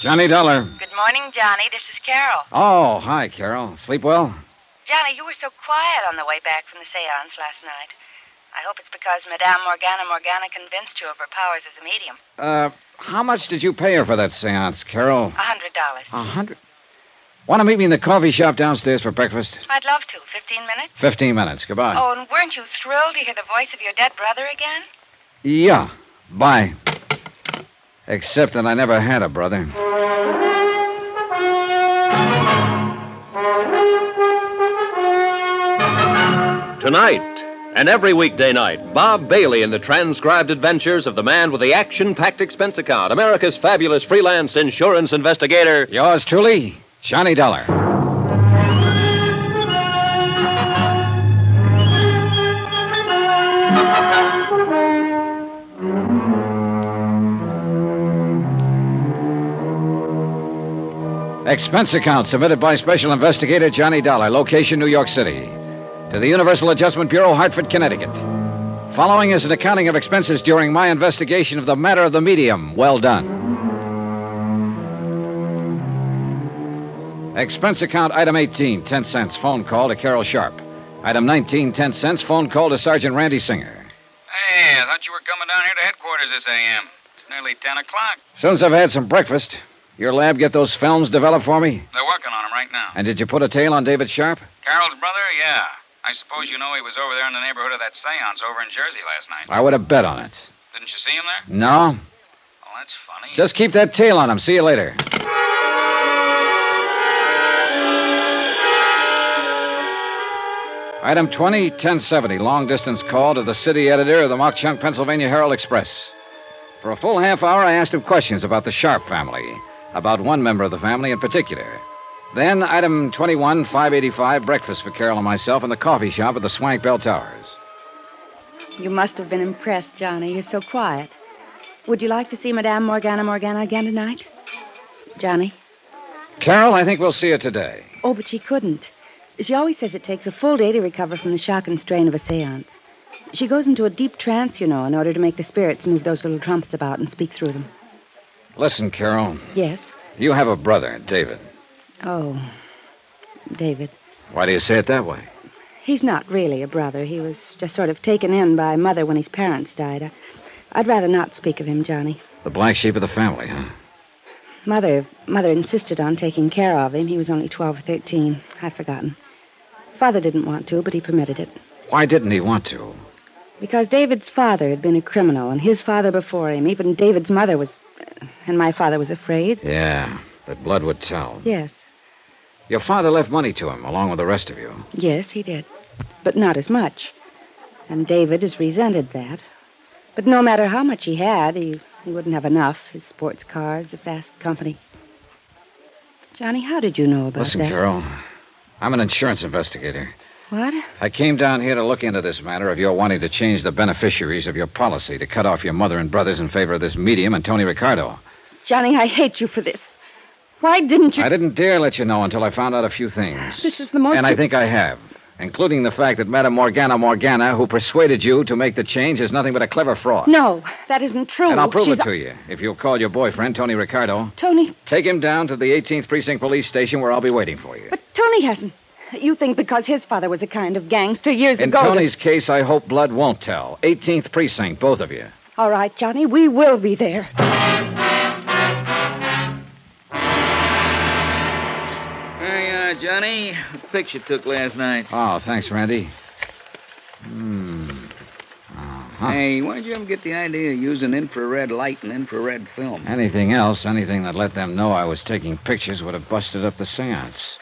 Speaker 3: Johnny Dollar.
Speaker 10: Good morning, Johnny. This is Carol.
Speaker 3: Oh, hi, Carol. Sleep well?
Speaker 10: Johnny, you were so quiet on the way back from the seance last night. I hope it's because Madame Morgana Morgana convinced you of her powers as a medium.
Speaker 3: Uh, how much did you pay her for that seance, Carol?
Speaker 10: A hundred dollars.
Speaker 3: A hundred. Want to meet me in the coffee shop downstairs for breakfast?
Speaker 10: I'd love to. Fifteen minutes?
Speaker 3: Fifteen minutes. Goodbye.
Speaker 10: Oh, and weren't you thrilled to hear the voice of your dead brother again?
Speaker 3: Yeah. Bye. Except that I never had a brother.
Speaker 2: Tonight, and every weekday night, Bob Bailey in the transcribed adventures of the man with the action packed expense account, America's fabulous freelance insurance investigator.
Speaker 3: Yours truly, Johnny Dollar. Expense account submitted by Special Investigator Johnny Dollar, location New York City, to the Universal Adjustment Bureau, Hartford, Connecticut. Following is an accounting of expenses during my investigation of the matter of the medium. Well done. Expense account item 18, 10 cents, phone call to Carol Sharp. Item 19, 10 cents, phone call to Sergeant Randy Singer.
Speaker 16: Hey, I thought you were coming down here to headquarters this AM. It's nearly 10 o'clock.
Speaker 3: Soon as I've had some breakfast, your lab get those films developed for me?
Speaker 16: They're working on him right now.
Speaker 3: And did you put a tail on David Sharp?
Speaker 16: Carol's brother? Yeah. I suppose you know he was over there in the neighborhood of that seance over in Jersey last night.
Speaker 3: I would have bet on it.
Speaker 16: Didn't you see him there?
Speaker 3: No?
Speaker 16: Well, that's funny.
Speaker 3: Just keep that tail on him. See you later. Item 20, 1070, long distance call to the city editor of the Mock Chunk, Pennsylvania Herald Express. For a full half hour, I asked him questions about the Sharp family, about one member of the family in particular. Then, item 21, 585, breakfast for Carol and myself in the coffee shop at the Swank Bell Towers.
Speaker 10: You must have been impressed, Johnny. You're so quiet. Would you like to see Madame Morgana Morgana again tonight? Johnny?
Speaker 3: Carol, I think we'll see you today.
Speaker 10: Oh, but she couldn't. She always says it takes a full day to recover from the shock and strain of a seance. She goes into a deep trance, you know, in order to make the spirits move those little trumpets about and speak through them.
Speaker 3: Listen, Carol,
Speaker 10: Yes?
Speaker 3: you have a brother, David.
Speaker 10: Oh, David.
Speaker 3: Why do you say it that way?
Speaker 10: He's not really a brother. He was just sort of taken in by mother when his parents died. I, I'd rather not speak of him, Johnny.
Speaker 3: The black sheep of the family, huh?
Speaker 10: Mother, mother insisted on taking care of him. He was only 12 or 13. I've forgotten. Father didn't want to, but he permitted it.
Speaker 3: Why didn't he want to?
Speaker 10: Because David's father had been a criminal, and his father before him. Even David's mother was. And my father was afraid.
Speaker 3: Yeah, but blood would tell.
Speaker 10: Yes,
Speaker 3: Your father left money to him, along with the rest of you.
Speaker 10: yes, he did. But not as much. And David has resented that. But no matter how much he had, he, he wouldn't have enough. His sports cars, the fast company. Johnny, how did you know about
Speaker 3: Listen,
Speaker 10: that?
Speaker 3: Carol, I'm an insurance investigator.
Speaker 10: What?
Speaker 3: I came down here to look into this matter of your wanting to change the beneficiaries of your policy to cut off your mother and brothers in favor of this medium and Tony Ricardo.
Speaker 10: Johnny, I hate you for this. Why didn't you?
Speaker 3: I didn't dare let you know until I found out a few things.
Speaker 10: This is the most.
Speaker 3: and I
Speaker 10: you-
Speaker 3: think I have, including the fact that Madame Morgana Morgana, who persuaded you to make the change, is nothing but a clever fraud.
Speaker 10: No, that isn't true.
Speaker 3: And I'll prove
Speaker 10: She's
Speaker 3: it to you if you'll call your boyfriend, Tony Ricardo.
Speaker 10: Tony,
Speaker 3: Take him down to the 18th Precinct Police Station where I'll be waiting for you.
Speaker 10: Tony hasn't. You think because his father was a kind of gangster years
Speaker 3: In
Speaker 10: ago. that-
Speaker 3: Tony's case, I hope blood won't tell. 18th Precinct, both of you.
Speaker 10: All right, Johnny, we will be there.
Speaker 9: There you are, uh, Johnny. A picture took last night.
Speaker 3: Oh, thanks, Randy. Hmm. Uh-huh.
Speaker 9: Hey, why'd you ever get the idea of using infrared light and infrared film?
Speaker 3: Anything else, anything that let them know I was taking pictures would have busted up the seance.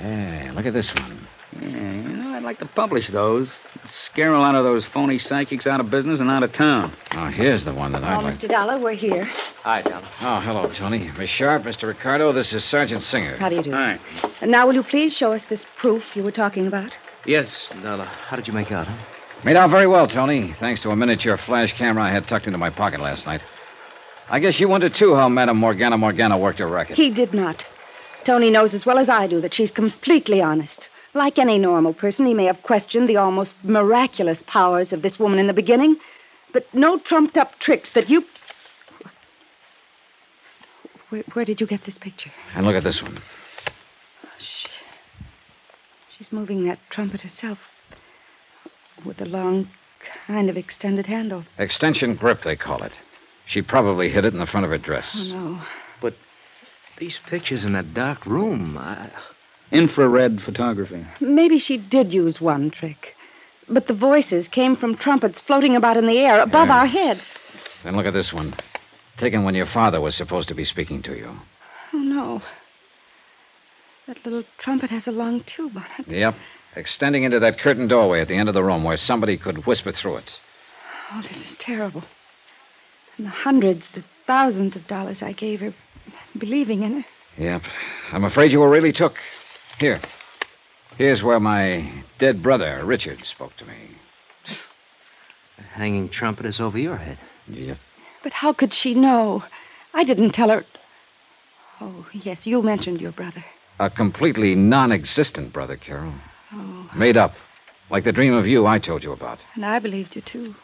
Speaker 9: Eh,
Speaker 3: Hey, look at this one.
Speaker 9: Yeah, Eh, you know, I'd like to publish those. Scare a lot of those phony psychics out of business and out of town.
Speaker 3: Oh, here's the one that
Speaker 10: Oh, Mr. Dollar, we're here.
Speaker 9: Hi, John.
Speaker 3: Oh, hello, Tony. Miss Sharp, Mr. Ricardo, this is Sergeant Singer.
Speaker 10: How do you do?
Speaker 9: Hi.
Speaker 10: And now, will you please show us this proof you were talking about?
Speaker 9: Yes, Nala. How did you make out, huh?
Speaker 3: Made out very well, Tony, thanks to a miniature flash camera I had tucked into my pocket last night. I guess you wondered, too, how Madame Morgana Morgana worked her racket.
Speaker 10: He did not. Tony knows as well as I do that she's completely honest. Like any normal person, he may have questioned the almost miraculous powers of this woman in the beginning, but no trumped up tricks that you. Where, where did you get this picture?
Speaker 3: And look at this one.
Speaker 10: She's moving that trumpet herself with the long, kind of extended handles.
Speaker 3: Extension grip, they call it. She probably hid it in the front of her dress.
Speaker 10: Oh, no.
Speaker 8: These pictures in that dark room. I...
Speaker 9: Infrared photography.
Speaker 10: Maybe she did use one trick. But the voices came from trumpets floating about in the air above
Speaker 3: Yeah.
Speaker 10: our heads.
Speaker 3: Then look at this one. Taken when your father was supposed to be speaking to you.
Speaker 10: Oh, no. That little trumpet has a long tube on it.
Speaker 3: Yep. extending into that curtained doorway at the end of the room where somebody could whisper through it.
Speaker 10: Oh, this is terrible. And the hundreds, the thousands of dollars I gave her, believing in her.
Speaker 3: Yep. I'm afraid you were really took. Here. Here's where my dead brother, Richard, spoke to me.
Speaker 8: The hanging trumpet is over your head.
Speaker 3: Yeah.
Speaker 10: But how could she know? I didn't tell her. Oh, yes, you mentioned your brother.
Speaker 3: A completely non existent brother, Carol.
Speaker 10: Oh,
Speaker 3: Made up. Like the dream of you I told you about.
Speaker 10: and I believed you, too.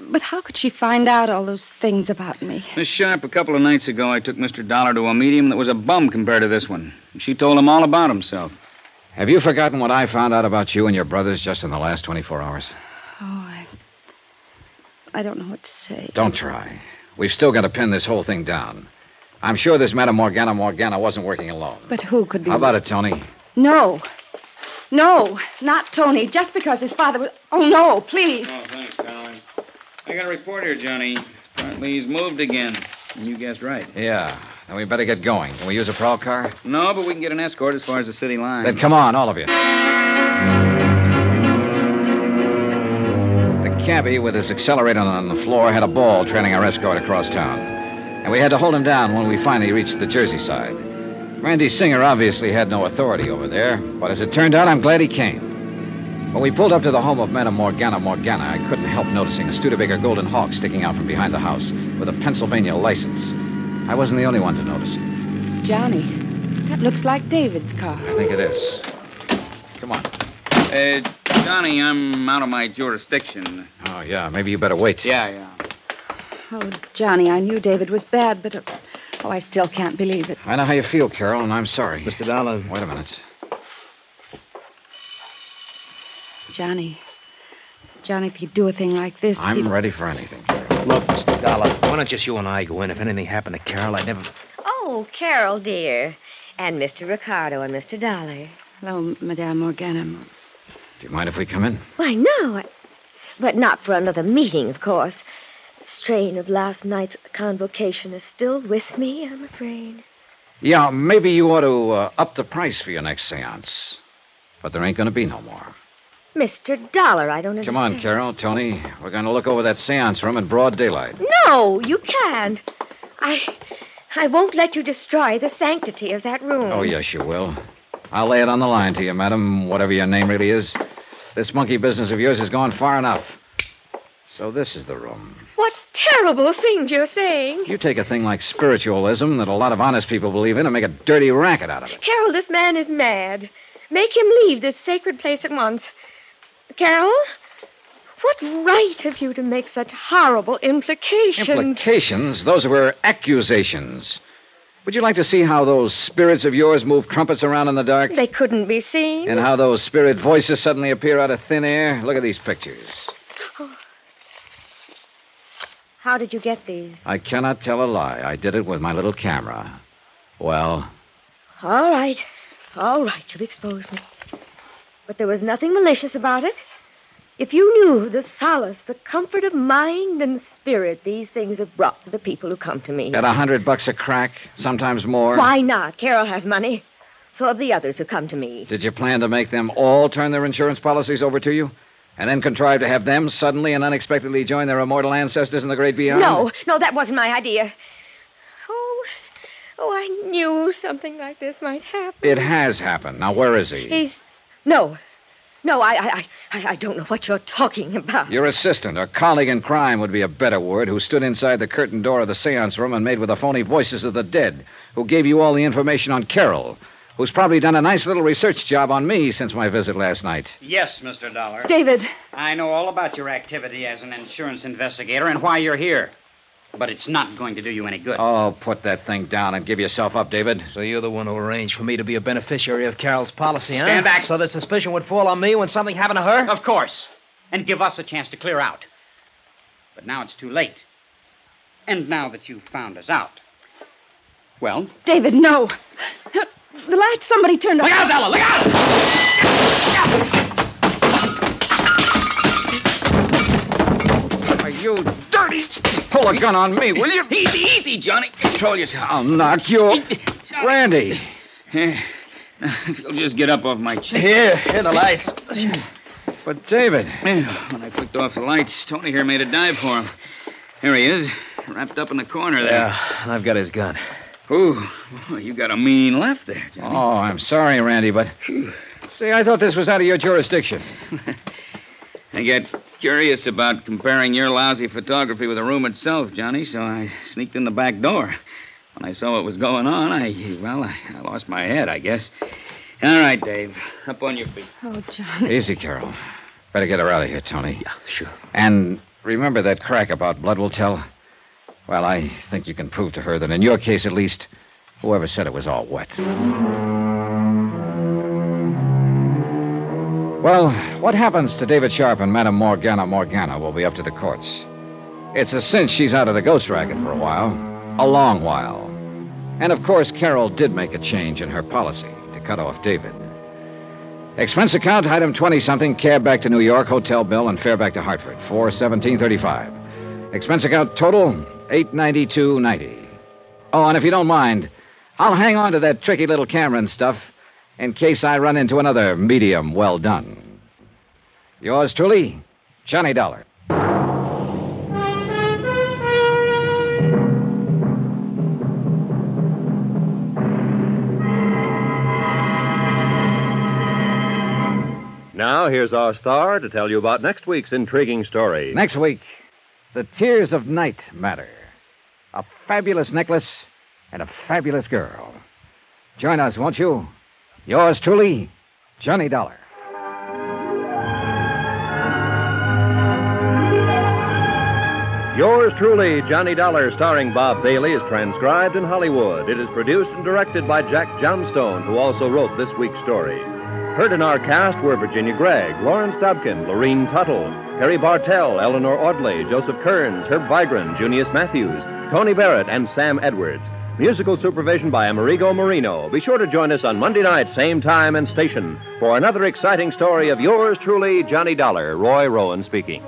Speaker 10: But how could she find out all those things about me?
Speaker 9: Miss Sharp, a couple of nights ago, I took Mr. Dollar to a medium that was a bum compared to this one. She told him all about himself.
Speaker 3: Have you forgotten what I found out about you and your brothers just in the last 24 hours?
Speaker 10: Oh, I. I don't know what to say.
Speaker 3: Don't try. We've still got to pin this whole thing down. I'm sure this Madame Morgana Morgana wasn't working alone.
Speaker 10: But who could be.
Speaker 3: How about it, Tony?
Speaker 10: No. No, not Tony. Just because his father was. Oh, no, please.
Speaker 9: Oh, thanks, darling. I got a report here, Johnny. Apparently he's moved again. And you guessed right.
Speaker 3: Yeah. Then we better get going. Can we use a prowl car?
Speaker 9: No, but we can get an escort as far as the city line.
Speaker 3: Then come on, all of you. The cabbie with his accelerator on the floor had a ball trailing our escort across town. And we had to hold him down when we finally reached the Jersey side. Randy Singer obviously had no authority over there, but as it turned out, I'm glad he came. When we pulled up to the home of Madame Morgana Morgana, I couldn't help noticing a Studebaker Golden Hawk sticking out from behind the house with a Pennsylvania license. I wasn't the only one to notice it.
Speaker 10: Johnny, that looks like David's car.
Speaker 3: I think it is. Come on.
Speaker 9: Uh, Johnny, I'm out of my jurisdiction.
Speaker 3: Oh, yeah, maybe you better wait.
Speaker 9: Yeah, yeah.
Speaker 10: Oh, Johnny, I knew David was bad, but. uh, oh, I still can't believe it.
Speaker 3: I know how you feel, Carol, and I'm sorry. Mr. Dollar. Wait a minute.
Speaker 10: Johnny. Johnny, if you do a thing like this.
Speaker 8: I'm
Speaker 10: he-
Speaker 8: ready for anything. Look, Mr. Dollar, why don't just you and I go in? If anything happened to Carol, I'd never.
Speaker 17: Oh, Carol, dear. And Mr. Ricardo and Mr. Dollar.
Speaker 10: Hello, Madame Morgana.
Speaker 3: Do you mind if we come in?
Speaker 17: Why, no. I... But not for another meeting, of course. Strain of last night's convocation is still with me, I'm afraid.
Speaker 3: Yeah, maybe you ought to uh, up the price for your next seance. But there ain't going to be no more.
Speaker 17: Mr. Dollar, I don't
Speaker 3: Come
Speaker 17: understand.
Speaker 3: on, Carol, Tony. We're going to look over that seance room in broad daylight.
Speaker 17: No, you can't. I. I won't let you destroy the sanctity of that room.
Speaker 3: Oh, yes, you will. I'll lay it on the line to you, madam, whatever your name really is. This monkey business of yours has gone far enough. So this is the room.
Speaker 17: What terrible things you're saying.
Speaker 3: You take a thing like spiritualism that a lot of honest people believe in and make a dirty racket out of it.
Speaker 17: Carol, this man is mad. Make him leave this sacred place at once. Carol, what right have you to make such horrible implications?
Speaker 3: Implications? Those were accusations. Would you like to see how those spirits of yours move trumpets around in the dark?
Speaker 17: They couldn't be seen.
Speaker 3: And how those spirit voices suddenly appear out of thin air? Look at these pictures.
Speaker 17: How did you get these?
Speaker 3: I cannot tell a lie. I did it with my little camera. Well,
Speaker 17: All right. All right, you've exposed me. But there was nothing malicious about it. If you knew the solace, the comfort of mind and spirit these things have brought to the people who come to me.
Speaker 3: at a hundred bucks a crack, sometimes more.
Speaker 17: Why not? Carol has money. So have the others who come to me.
Speaker 3: Did you plan to make them all turn their insurance policies over to you? And then contrive to have them suddenly and unexpectedly join their immortal ancestors in the great beyond?
Speaker 17: No, no, that wasn't my idea. Oh, oh, I knew something like this might happen.
Speaker 3: It has happened. Now, where is he?
Speaker 17: He's no, no. I, I, I- I, I don't know what you're talking about.
Speaker 3: Your assistant or colleague in crime would be a better word, who stood inside the curtain door of the seance room and made with the phony voices of the dead, who gave you all the information on Carol, who's probably done a nice little research job on me since my visit last night.
Speaker 20: Yes, Mr. Dollar.
Speaker 10: David.
Speaker 20: I know all about your activity as an insurance investigator and why you're here. But it's not going to do you any good.
Speaker 3: Oh, put that thing down and give yourself up, David.
Speaker 8: So you're the one who arranged for me to be a beneficiary of Carol's policy, huh?
Speaker 20: Stand back.
Speaker 8: So the suspicion would fall on me when something happened to her?
Speaker 20: Of course. And give us a chance to clear out. But now it's too late. And now that you've found us out. Well,
Speaker 10: David, no. The light somebody turned on. Look
Speaker 20: out, Ella, look out!
Speaker 3: Are you dirty? Pull a gun on me, will you?
Speaker 20: Easy, easy, Johnny.
Speaker 3: Control yourself. I'll knock you. Randy.
Speaker 20: Eh,
Speaker 9: If you'll just get up off my chest.
Speaker 21: Here, here are the lights.
Speaker 9: But, David. When I flicked off the lights, Tony here made a dive for him. Here he is, wrapped up in the corner there.
Speaker 8: Yeah, and I've got his gun.
Speaker 9: Ooh, well, you got a mean left there, Johnny.
Speaker 3: Oh, I'm sorry, Randy, but. See, I thought this was out of your jurisdiction.
Speaker 9: I got curious about comparing your lousy photography with the room itself, Johnny, so I sneaked in the back door. When I saw what was going on, I, well, I, I lost my head, I guess. All right, Dave, up on your feet.
Speaker 22: Oh, Johnny.
Speaker 3: Easy, Carol. Better get her out of here, Tony. Yeah,
Speaker 8: sure.
Speaker 3: And remember that crack about blood will tell? Well, I think you can prove to her that in your case, at least, whoever said it was all wet. Well, what happens to David Sharp and Madame Morgana Morgana will be up to the courts. It's a cinch she's out of the ghost racket for a while, a long while. And of course, Carol did make a change in her policy to cut off David. Expense account, item 20 something, cab back to New York, hotel bill, and fare back to Hartford, 41735. Expense account total, 892.90. Oh, and if you don't mind, I'll hang on to that tricky little Cameron stuff in case I run into another medium well done. Yours truly, Johnny Dollar.
Speaker 2: Now, here's our star to tell you about next week's intriguing story.
Speaker 3: Next week, the Tears of Night matter. A fabulous necklace and a fabulous girl. Join us, won't you? Yours truly, Johnny Dollar.
Speaker 2: Yours truly, Johnny Dollar, starring Bob Bailey, is transcribed in Hollywood. It is produced and directed by Jack Johnstone, who also wrote this week's story. Heard in our cast were Virginia Gregg, Lawrence Dobkin, Lorene Tuttle, Harry Bartell, Eleanor Audley, Joseph Kearns, Herb Vigran, Junius Matthews, Tony Barrett, and Sam Edwards. Musical supervision by Amerigo Marino. Be sure to join us on Monday night, same time and station, for another exciting story of yours truly, Johnny Dollar. Roy Rowan speaking.